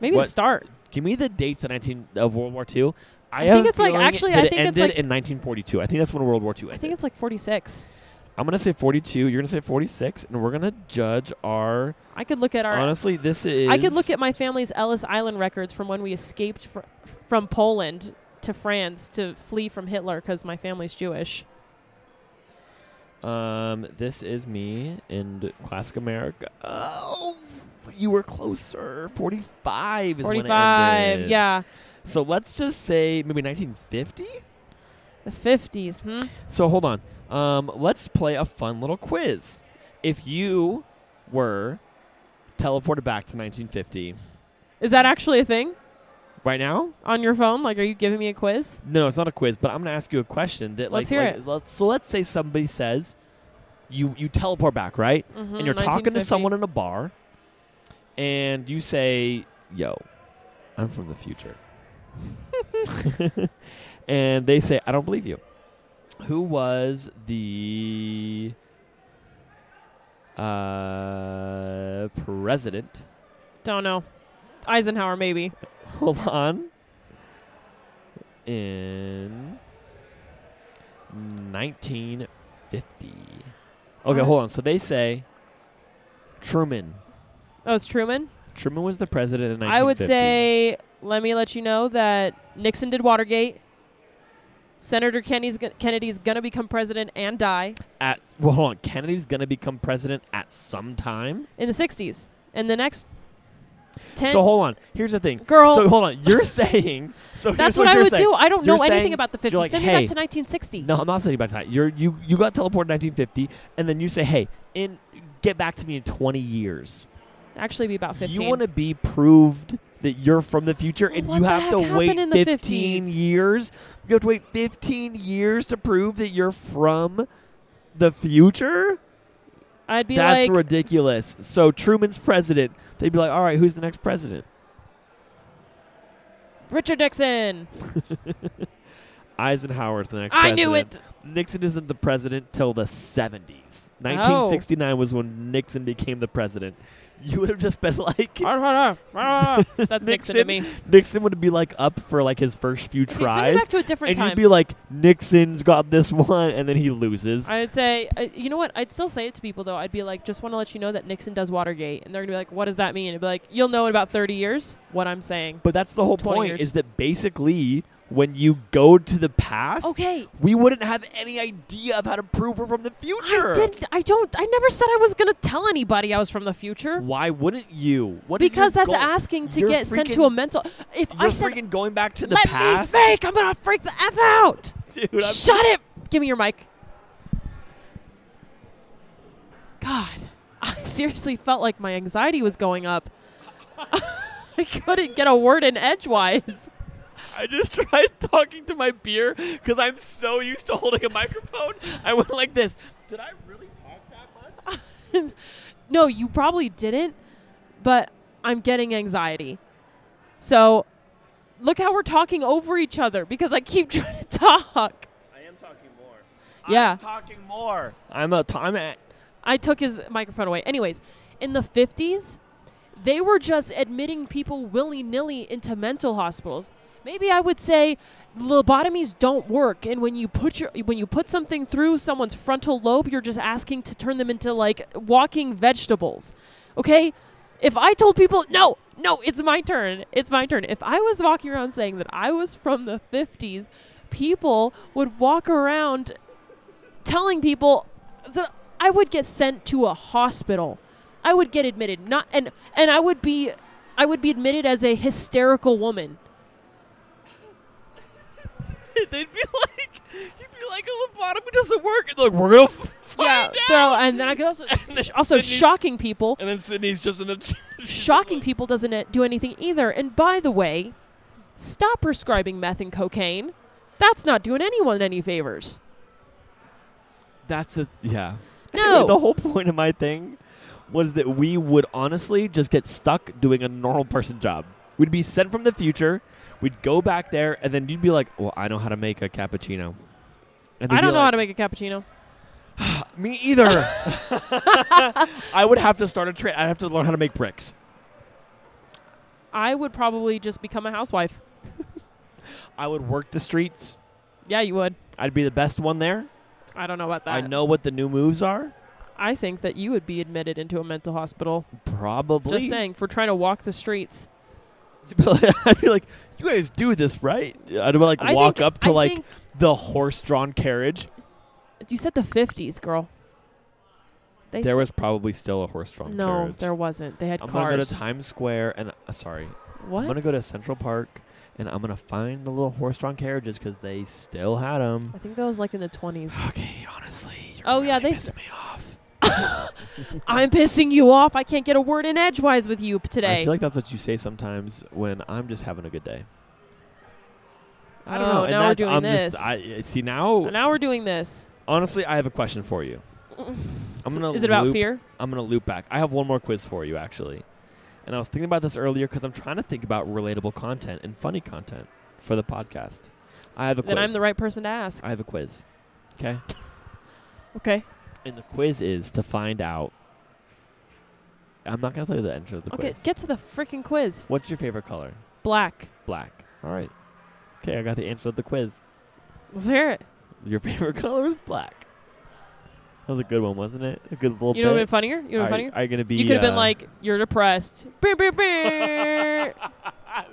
maybe What- the start Give me the dates of 19 of World War II. I, I have think a it's like- feeling actually, that I it think it's ended like- in 1942. I think that's when World War II ended. I think it's like 46. I'm gonna say 42. You're gonna say 46, and we're gonna judge our. I could look at our. Honestly, this is. I could look at my family's Ellis Island records from when we escaped fr- from Poland to France to flee from Hitler because my family's Jewish. Um, this is me in classic America. Oh, you were closer. 45 is when it 45. ended. Yeah. So let's just say maybe 1950. The 50s. Hmm? So hold on. Um, let's play a fun little quiz. If you were teleported back to 1950 Is that actually a thing right now, on your phone? Like, are you giving me a quiz? No, no, it's not a quiz, but I'm going to ask you a question Let's that like, hear like, it. let's- so let's say somebody says you you teleport back, right? Mhm, and you're talking 1950. to someone in a bar and you say, "Yo, I'm from the future." and they say, "I don't believe you." Who was the uh president? Don't know. Eisenhower, maybe. Hold on. In 1950. Okay, Uh, hold on. So they say Truman. Oh, it's Truman. Truman was the president in 1950. I would say, let me let you know that Nixon did Watergate. Senator Kennedy's, go- Kennedy's going to become president and die. at well, hold on. Kennedy's going to become president at some time. in the 60s and the next 10 so hold on. Here's the thing, Girl. So hold on. You're saying so. here's that's what, i you're would saying. do i don't You're know anything saying- about the 50s you're like, send "Hey, me back to 1960 No, I'm not sending you back to time. You're you you got teleported in 1950, and then you say, "Hey, in get back to me in 20 years." actually be about 15 You want to be proved that you're from the future, Well, and what you the have to heck happened wait in the 15 50s? years. You have to wait 15 years to prove that you're from the future. i'd be That's like ridiculous. So Truman's president. They'd be like, "All right, who's the next president?" richard nixon Eisenhower's the next I president. knew it. Nixon isn't the president till the Oh. 70s. 1969 was when Nixon became the president. You would have just been like, That's Nixon, to Nixon me. Nixon would be like up for like his first few Okay, send it tries. back to a different And time. you'd be like, Nixon's got this one, and then he loses. I would say, I, you know what? I'd still say it to people though. I'd be like, just want to let you know that Nixon does Watergate, and they're gonna be like, what does that mean? I'd be like, you'll know in about 30 years what I'm saying. but that's the whole 20 point years. is that basically when you go to the past, Okay. we wouldn't have any idea of how to prove we're from the future. I did. I don't. I never said I was gonna tell anybody I was from the future. Why wouldn't you? What is because your that's goal? asking to You're get sent to freaking- a mental. If You're I said freaking going back to the let past, me fake, I'm gonna freak the f out. dude. I'm- Shut it. Give me your mic. God, I seriously felt like my anxiety was going up. I couldn't get a word in edgewise. I just tried talking to my beer because I'm so used to holding a microphone. I went like this. Did I really talk that much? no, you probably didn't, but I'm getting anxiety. So, look how we're talking over each other because I keep trying to talk. I am talking more. Yeah. I'm talking more. I'm a. T- I'm at. I took his microphone away. Anyways, in the 50s, they were just admitting people willy nilly into mental hospitals. Maybe I would say lobotomies don't work, and when you put your when you put something through someone's frontal lobe, you're just asking to turn them into like walking vegetables. Okay, if I told people no, no, it's my turn, it's my turn. If I was walking around saying that I was from the 50s, people would walk around telling people that I would get sent to a hospital. I would get admitted, not and and I would be I would be admitted as a hysterical woman. They'd be like, you'd be like a lobotomy doesn't work. And they're like we're gonna find yeah, they're- out. and then I could also And then also Sydney's- shocking people. And then Sydney's just in the. Shocking people doesn't it do anything either. And by the way, stop prescribing meth and cocaine. That's not doing anyone any favors. That's a yeah. No. the whole point of my thing was that we would honestly just get stuck doing a normal person job. We'd be sent from the future. We'd go back there, and then you'd be like, "Well, I know how to make a cappuccino." And I don't know how to make a cappuccino. to. Me either. I would have to start a trade. I'd have to learn how to make bricks. I would probably just become a housewife. I would work the streets. Yeah, you would. I'd be the best one there. I don't know about that. I know what the new moves are. I think that you would be admitted into a mental hospital. Probably. Just saying, for trying to walk the streets. I'd be like, "You guys do this, right?" I'd like I walk think- up to I like think- the horse-drawn carriage. You said the fifties, girl. They There s- was probably still a horse-drawn no, carriage. there wasn't. They had I'm cars. gonna go to Times Square and uh, sorry, What? I'm gonna go to Central Park and I'm gonna find the little horse-drawn carriages because they still had them. I think that was like in the twenties. Okay, honestly, you're Oh, yeah, really they s- pissing me off. I'm pissing you off. I can't get a word in edgewise with you p- today. I feel like that's what you say sometimes when I'm just having a good day. I don't Oh, know. And Now we're that's, doing I'm this. Just, I see now. now we're doing this. Honestly, I have a question for you. I'm gonna. Is it about loop- fear? I'm gonna loop back. I have one more quiz for you actually, and I was thinking about this earlier because I'm trying to think about relatable content and funny content for the podcast. I have a Then quiz. I'm the right person to ask. I have a quiz. Okay. Okay. And the quiz is to find out. I'm not gonna tell you the answer to the Okay. quiz. Get to the freaking quiz. What's your favorite color? Black. Black. All right. Okay, I got the answer to the quiz. Let's hear it. Your favorite color is black. That was a good one, wasn't it? A good little. You know what would bit. have been funnier? You know what are, would have been funnier? Are you gonna be? You could have been uh, like, you're depressed. Brr, brr, brr. That was-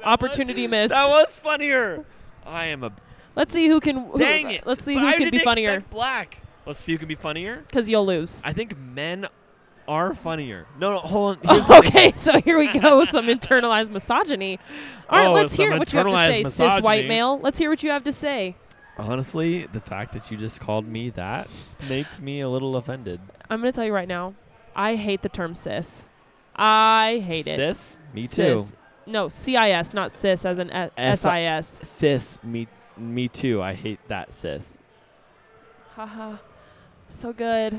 Opportunity missed. That was funnier. I am a Let's see who can. who- Dang it! Let's see But who I can be didn't funnier. expect black. Let's see who can be funnier. Because you'll lose. I think men are funnier. No, no, hold on. Here's the thing. okay, so here we go with some internalized misogyny. All right, Oh, let's some hear what you have to internalized say, cis white misogyny. male. Let's hear what you have to say. Honestly, the fact that you just called me that makes me a little offended. I'm going to tell you right now, I hate the term cis. I hate it. Sis, me Cis. too. No, CIS, not cis as an S- S- SIS. Sis, me, me too. I hate that sis. Haha. So good.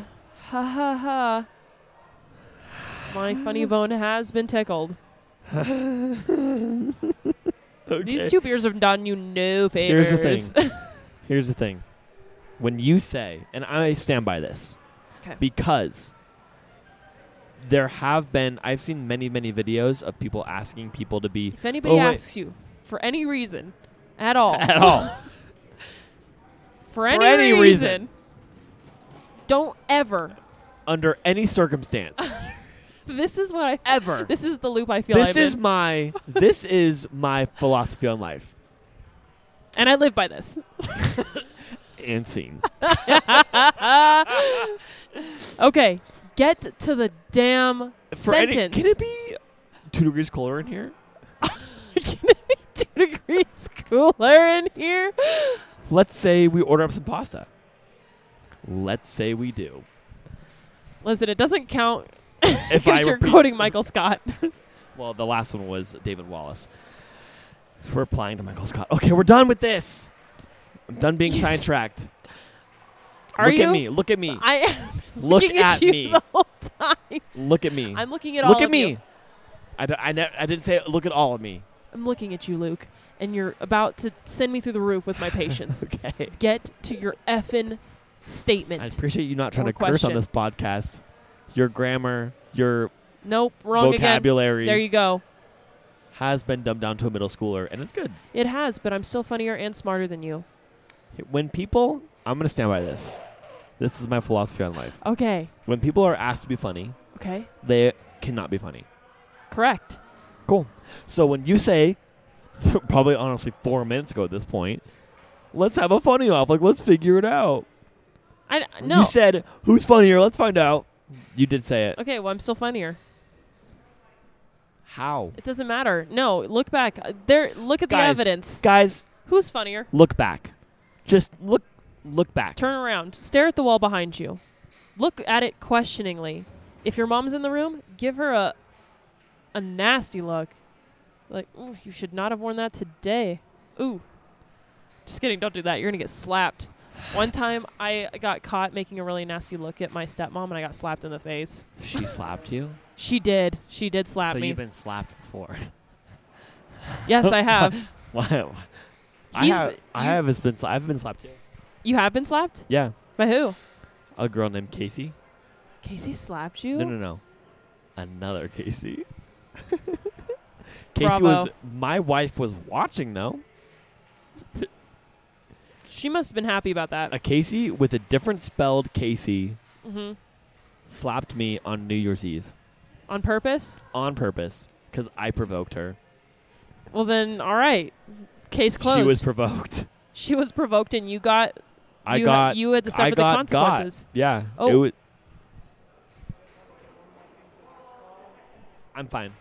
Ha ha ha. My funny bone has been tickled. okay. These two beers have done you no favors. Here's the thing. Here's the thing. When you say, and I stand by this, 'Kay. because there have been, I've seen many, many videos of people asking people to be If anybody Oh, wait. asks you for any reason at all, at all. for any, any reason. don't ever. under any circumstance This is what I. ever. This is the loop I feel. This I'm is in. my this is my philosophy on life. and I live by this. And scene. okay, get to the damn For any- sentence. can it be two degrees colder in here? Can it be two degrees cooler in here? Let's say we order up some pasta. Let's say we do. Listen, it doesn't count If I because you're repeat- quoting Michael Scott. Well, the last one was David Wallace. We're applying to Michael Scott. Okay, we're done with this. I'm done being You s- sidetracked. Are look you? at me. Look at me. I am Look looking at you me. the whole time. Look at me. I'm looking at all. look at of me. you. I, d- I, ne- I didn't say look at all of me. I'm looking at you, Luke, and you're about to send me through the roof with my patience. Okay. Get to your effin' I statement. appreciate you not trying Or to curse on question. this podcast. Your grammar, your nope, wrong vocabulary again. There you go. has been dumbed down to a middle schooler, and it's good. It has, but I'm still funnier and smarter than you. When people, I'm going to stand by this. This is my philosophy on life. Okay. When people are asked to be funny, Okay. they cannot be funny. Correct. Cool. So when you say, probably honestly four minutes ago at this point, let's have a funny off. Like let's figure it out. I no. You said who's funnier? Let's find out. You did say it. okay. Well, I'm still funnier. How, It doesn't matter. No, look back. Uh, There. Look at the Guys. evidence. guys? Who's funnier? Look back. Just look. Look back. Turn around. Stare at the wall behind you. Look at it questioningly. If your mom's in the room, give her a a nasty look. Like, ooh, you should not have worn that today. Ooh. Just kidding, don't do that. You're going to get slapped. One time I got caught making a really nasty look at my stepmom and I got slapped in the face. She slapped you. She did. She did slap so me. you've been slapped before. yes, I have. wow. I He's have. been- I you- have has been. sla- I've been slapped too. You have been slapped? Yeah. By who? A girl named Casey. Casey slapped you? No, no, no. Another Casey. Casey Bravo. was my wife was watching though. She must have been happy about that. A Casey with a different spelled Casey hmm slapped me on New Year's Eve On purpose? on purpose because I provoked her. Well, then, all right. Case closed. She was provoked. She was provoked, and you got. I you got. Ha- you had to I suffer the got consequences. Got. Yeah. Oh. It was, I'm fine.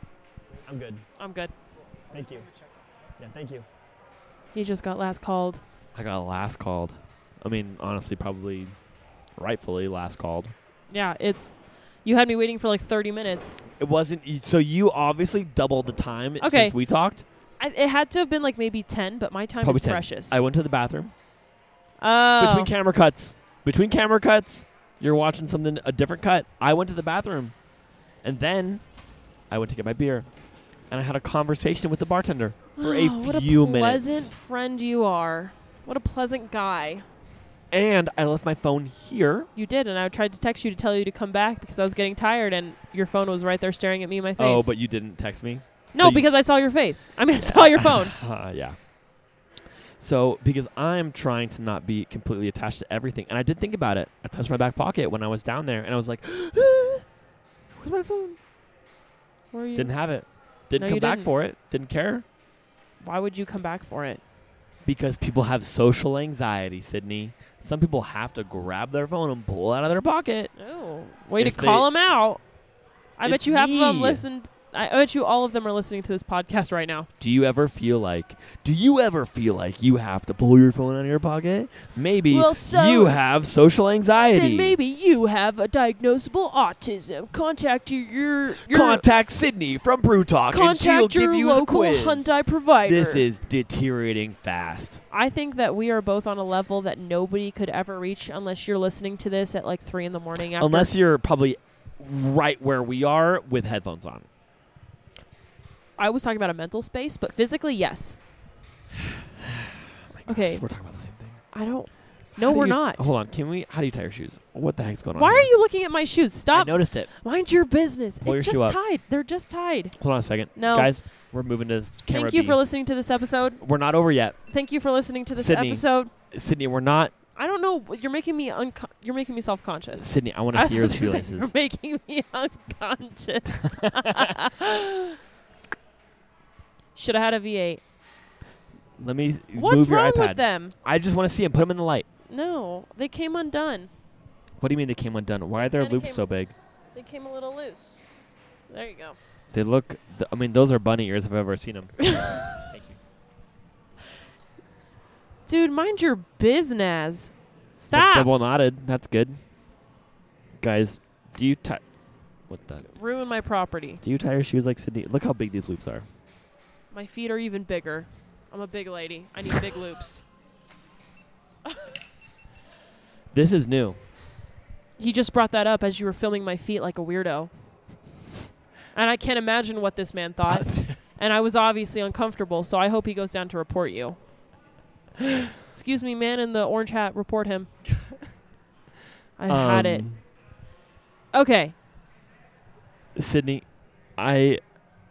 I'm good. I'm good. Thank you. Yeah, thank you. He just got last called. I got last called. I mean, honestly, probably rightfully last called. Yeah, it's. You had me waiting for like 30 minutes. It wasn't. y- So you obviously doubled the time Okay. since we talked. I, it had to have been like maybe 10, but my time Probably is 10. precious. I went to the bathroom. oh, Between camera cuts. Between camera cuts, you're watching something a different cut. I went to the bathroom, and then I went to get my beer, and I had a conversation with the bartender for a Oh, what few a pleasant minutes. friend you are. What a pleasant guy And I left my phone here. you did, and I tried to text you to tell you to come back because I was getting tired, and your phone was right there staring at me in my face. Oh, but you didn't text me. no, because I saw your face. I mean, I saw your phone. Uh, yeah. So, because I'm trying to not be completely attached to everything, and I did think about it. I touched my back pocket when I was down there, and I was like, "Where's my phone?" Where you? Didn't have it. Didn't No, come you back didn't. for it. Didn't care Why would you come back for it? because people have social anxiety. Sydney. Some people have to grab their phone and pull it out of their pocket. Oh, way If to they- call them out. I bet It's you half of them me. listened. I I bet you all of them are listening to this podcast right now. Do you ever feel like? Do you ever feel like you have to pull your phone out of your pocket? Maybe Well, so- you have social anxiety. Then maybe you have a diagnosable autism. Contact your your, your Contact Sydney from Brew Talk, and she'll contact your give you the local quiz. Hyundai provider. This is deteriorating fast. I think that we are both on a level that nobody could ever reach unless you're listening to this at like three in the morning. After Unless you're probably right where we are with headphones on. Oh I was talking about a mental space, but physically, yes. Oh my Okay. we're talking about the same thing. I don't. No, How do we're you- not. Hold on. Can we? How do you tie your shoes? What the heck's going on? Why here? are you looking at my shoes? I Stop. noticed it. Mind your business. Pull it's your shoe just up. tied. They're just tied. Hold on a second. No. Guys, we're moving to s- camera Thank you B. for listening to this episode. We're not over yet. Thank you for listening to this Sydney. episode. Sydney, we're not. I don't know. You're making me unco- You're making me self-conscious. Sydney, I want I to was see your about to say, You're shoelaces. making me unconscious. Should have had a V8. Let me s- What's move your wrong iPad. with them? I just want to see them. Put them in the light. No, they came undone. What do you mean they came undone? Why are their Kinda loops came- so big? They came a little loose. There you go. They look. Th- I mean, those are bunny ears if I've ever seen them. Thank you. Dude, mind your business. Dou- Stop. Double knotted. That's good. Guys, do you tie? What the? Ruin my property. Do you tie your shoes like Sydney? Look how big these loops are. My feet are even bigger. I'm a big lady. I need big loops. This is new. He just brought that up as you were filming my feet like a weirdo. And I can't imagine what this man thought. and I was obviously uncomfortable, so I hope he goes down to report you. Excuse me, man in the orange hat, report him. I had it. Um, Okay. Sydney, I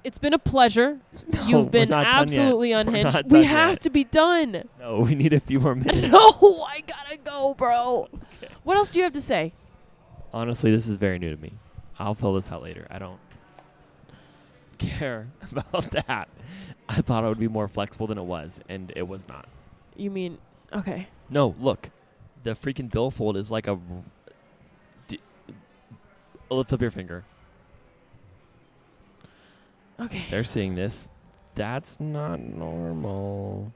It's been a pleasure. No, we're You've been not done yet. absolutely We're unhinged. not we done have yet. to be done. No, we need a few more minutes. no, I gotta go, bro. What else do you have to say? Honestly, this is very new to me. I'll fill this out later. I don't care about that. I thought it would be more flexible than it was, and it was not. You mean okay. No, look, the freaking billfold is like a. D- lift up your finger. Okay. They're seeing this. That's not normal.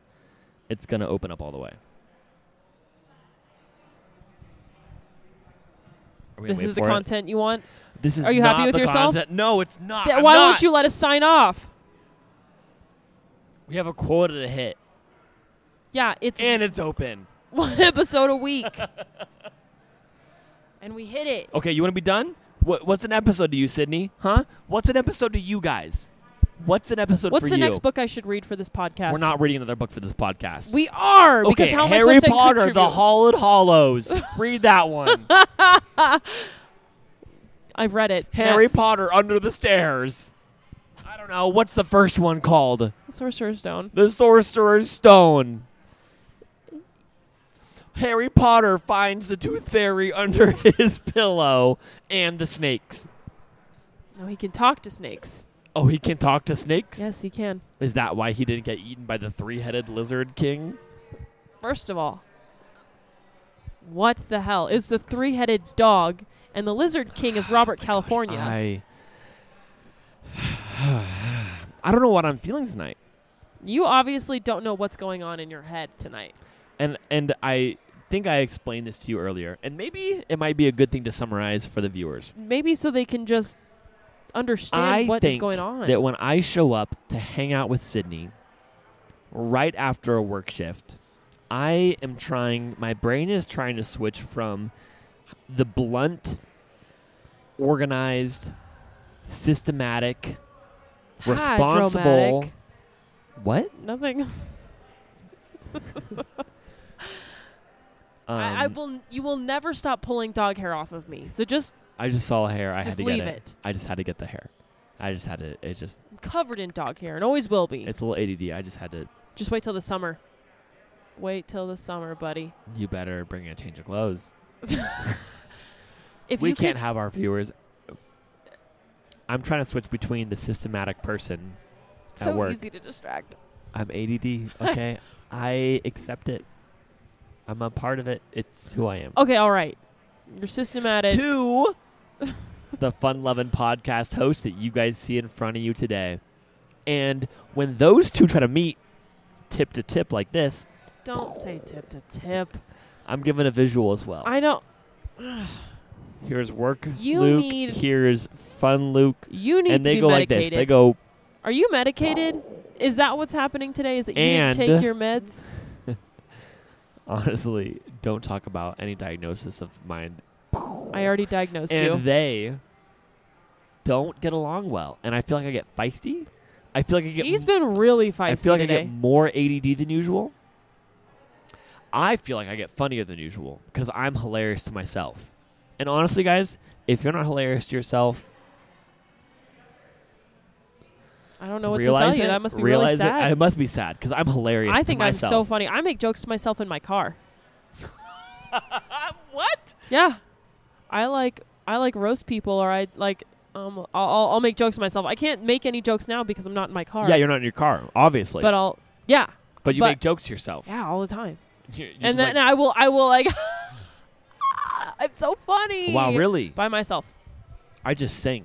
It's gonna open up all the way. Are we gonna This wait is the for it? content you want. This is Are you happy not with the yourself? content. No, it's not. Th- I'm why not. won't you let us sign off? We have a quota to hit, Yeah, it's and it's open. one episode a week. and we hit it. Okay, you want to be done? What, what's an episode to you, Sydney? Huh? What's an episode to you guys? What's an episode What's for the you? next book I should read for this podcast? We're not reading another book for this podcast. We are okay, because how Harry am I supposed Potter, to the contribute? Hollowed Hollows. Read that one. I've read it. Harry Next. Potter under the stairs. I don't know. What's the first one called? Sorcerer's Stone. The Sorcerer's Stone. Harry Potter finds the Tooth Fairy under his pillow and the snakes. No, he can talk to snakes. Oh, he can talk to snakes? Yes, he can. Is that why he didn't get eaten by the three headed lizard king? First of all, what the hell? It's the three headed dog, and the Lizard King is Robert California. Oh I. I don't know what I'm feeling tonight. you obviously don't know what's going on in your head tonight. And and I think I explained this to you earlier. And maybe it might be a good thing to summarize for the viewers. Maybe so they can just I understand what is think going on. that when I show up to hang out with Sydney right after a work shift, I am trying my brain is trying to switch from the blunt, organized, systematic, Hi, responsible dramatic. what? Nothing. I, I Um, will. You will never stop pulling dog hair off of me. So just I just saw a hair. I just had to leave get it. it. I just had to get the hair. I just had to. It just. I'm covered in dog hair and always will be. It's a little ADD. I just had to. just wait till the summer. Wait till the summer, buddy. You better bring a change of clothes. If we you can't could, have our viewers. I'm trying to switch between the systematic person. it's at so work. easy to distract. I'm ADD. Okay, I accept it. I'm a part of it. It's who I am. Okay, all right. You're systematic. To the fun loving podcast host that you guys see in front of you today, and when those two try to meet, tip to tip like this, Don't say tip to tip. I'm giving a visual as well. I don't. here's work You Luke. need- here's fun Luke. You need And to they be go like medicated. this. They go Are you medicated? Is that what's happening today? Is that you And- didn't take your meds? honestly, don't talk about any diagnosis of mine. I already diagnosed And you. they don't get along well. And I feel like I get feisty. I feel like I get He's been really feisty I feel like today. I get more ADD than usual. I feel like I get funnier than usual because I'm hilarious to myself. And honestly, guys, if you're not hilarious to yourself, I don't know what realize to tell it, you. That must be realize really It, sad. it must be sad because I'm hilarious. I to think I'm myself. so funny. I make jokes to myself in my car. what? Yeah, I like I like roast people, or I like um I'll- I'll I'll make jokes to myself. I can't make any jokes now because I'm not in my car. Yeah, you're not in your car, obviously. but But, I'll yeah you but- make jokes to yourself. yeah all the time. You're- you're and just then I will I will like I'm so funny. like, wow, really? By myself. I just sing.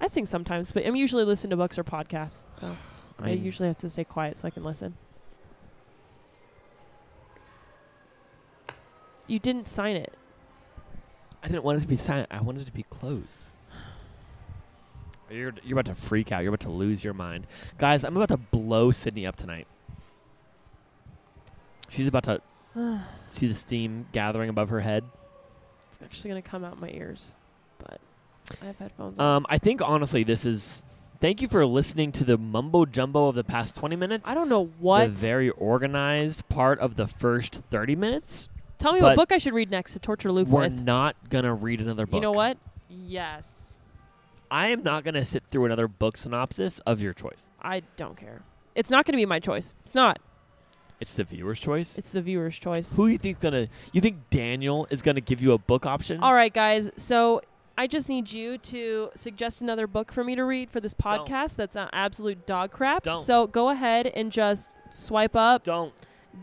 I sing sometimes, but I'm usually listening to books or podcasts. So I, I mean, usually have to stay quiet so I can listen. You didn't sign it. I didn't want it to be silent. I wanted it to be closed. You're, you're about to freak out. You're about to lose your mind. Guys, I'm about to blow Sydney up tonight. She's about to see the steam gathering above her head. It's actually gonna come out my ears, but I have headphones. on. Um, I think, honestly, this is. Thank you for listening to the mumbo jumbo of the past 20 minutes. I don't know The what. very organized part of the first 30 minutes. Tell me what but- book I should read next to torture Luke We're with. not going to read another book. You know what? Yes, I am not going to sit through another book synopsis of your choice. I don't care. It's not gonna be my choice. It's not. It's the viewer's choice. It's the viewer's choice. Who do you think's gonna? You think Daniel is gonna give you a book option? All right, guys. So I just need you to suggest another book for me to read for this Don't. podcast that's not absolute dog crap. Don't. So go ahead and just swipe up, Don't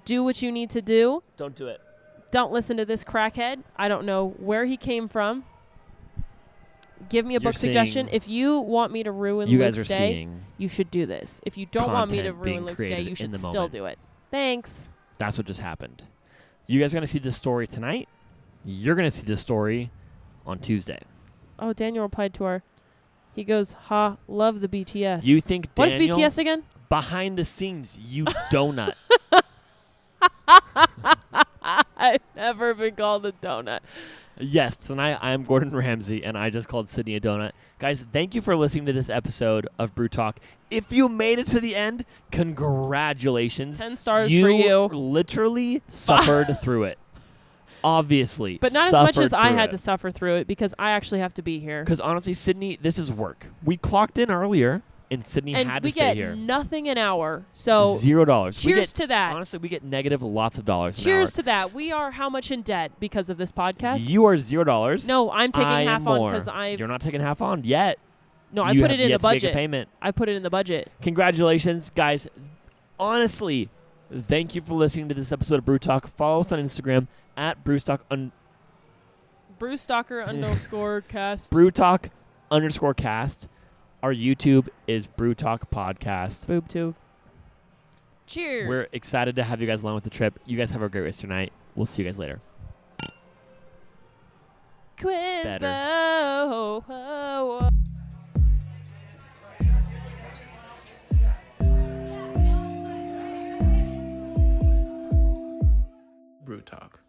do what you need to do. don't do it. Don't listen to this crackhead. I don't know where he came from. Give me a You're book suggestion. seeing- If you want me to ruin you Luke's guys are day, seeing. you should do this. If you don't want me to Content being ruin Luke's day, created you in should the still moment. do it. Thanks. That's what just happened. You guys are gonna see this story tonight. You're gonna see this story on Tuesday. Oh, Daniel replied to our. He goes, "Ha, love the BTS." You think what is Daniel BTS again? behind the scenes? You donut. I've never been called a donut. Yes, tonight I am Gordon Ramsay, and I just called Sydney a donut. Guys, thank you for listening to this episode of Brew Talk. If you made it to the end, congratulations. Ten stars for you. literally suffered through it. Obviously, But not as much as I had to suffer through it because I actually have to be here. Because honestly, Sydney, this is work. We clocked in earlier, and Sydney And had we to stay get here. nothing an hour. So Zero dollars. We cheers get, to that. honestly, we get negative lots of dollars. an cheers hour. to that. We are how much in debt because of this podcast? You are zero dollars. no, I'm taking I am half on more. because I You're not taking half on yet. no, I You put have it in the yet to make a budget. payment. I put it in the budget. Congratulations, guys. Honestly, thank you for listening to this episode of Brew Talk. Follow us on Instagram at Brew Talk un- Bruce Stalker underscore cast. Brew Talk underscore cast. Our YouTube is Brew Talk Podcast. Boob tube. Cheers. We're excited to have you guys along with the trip. You guys have a great rest of your night. We'll see you guys later. Quizbo. better. Brew Talk.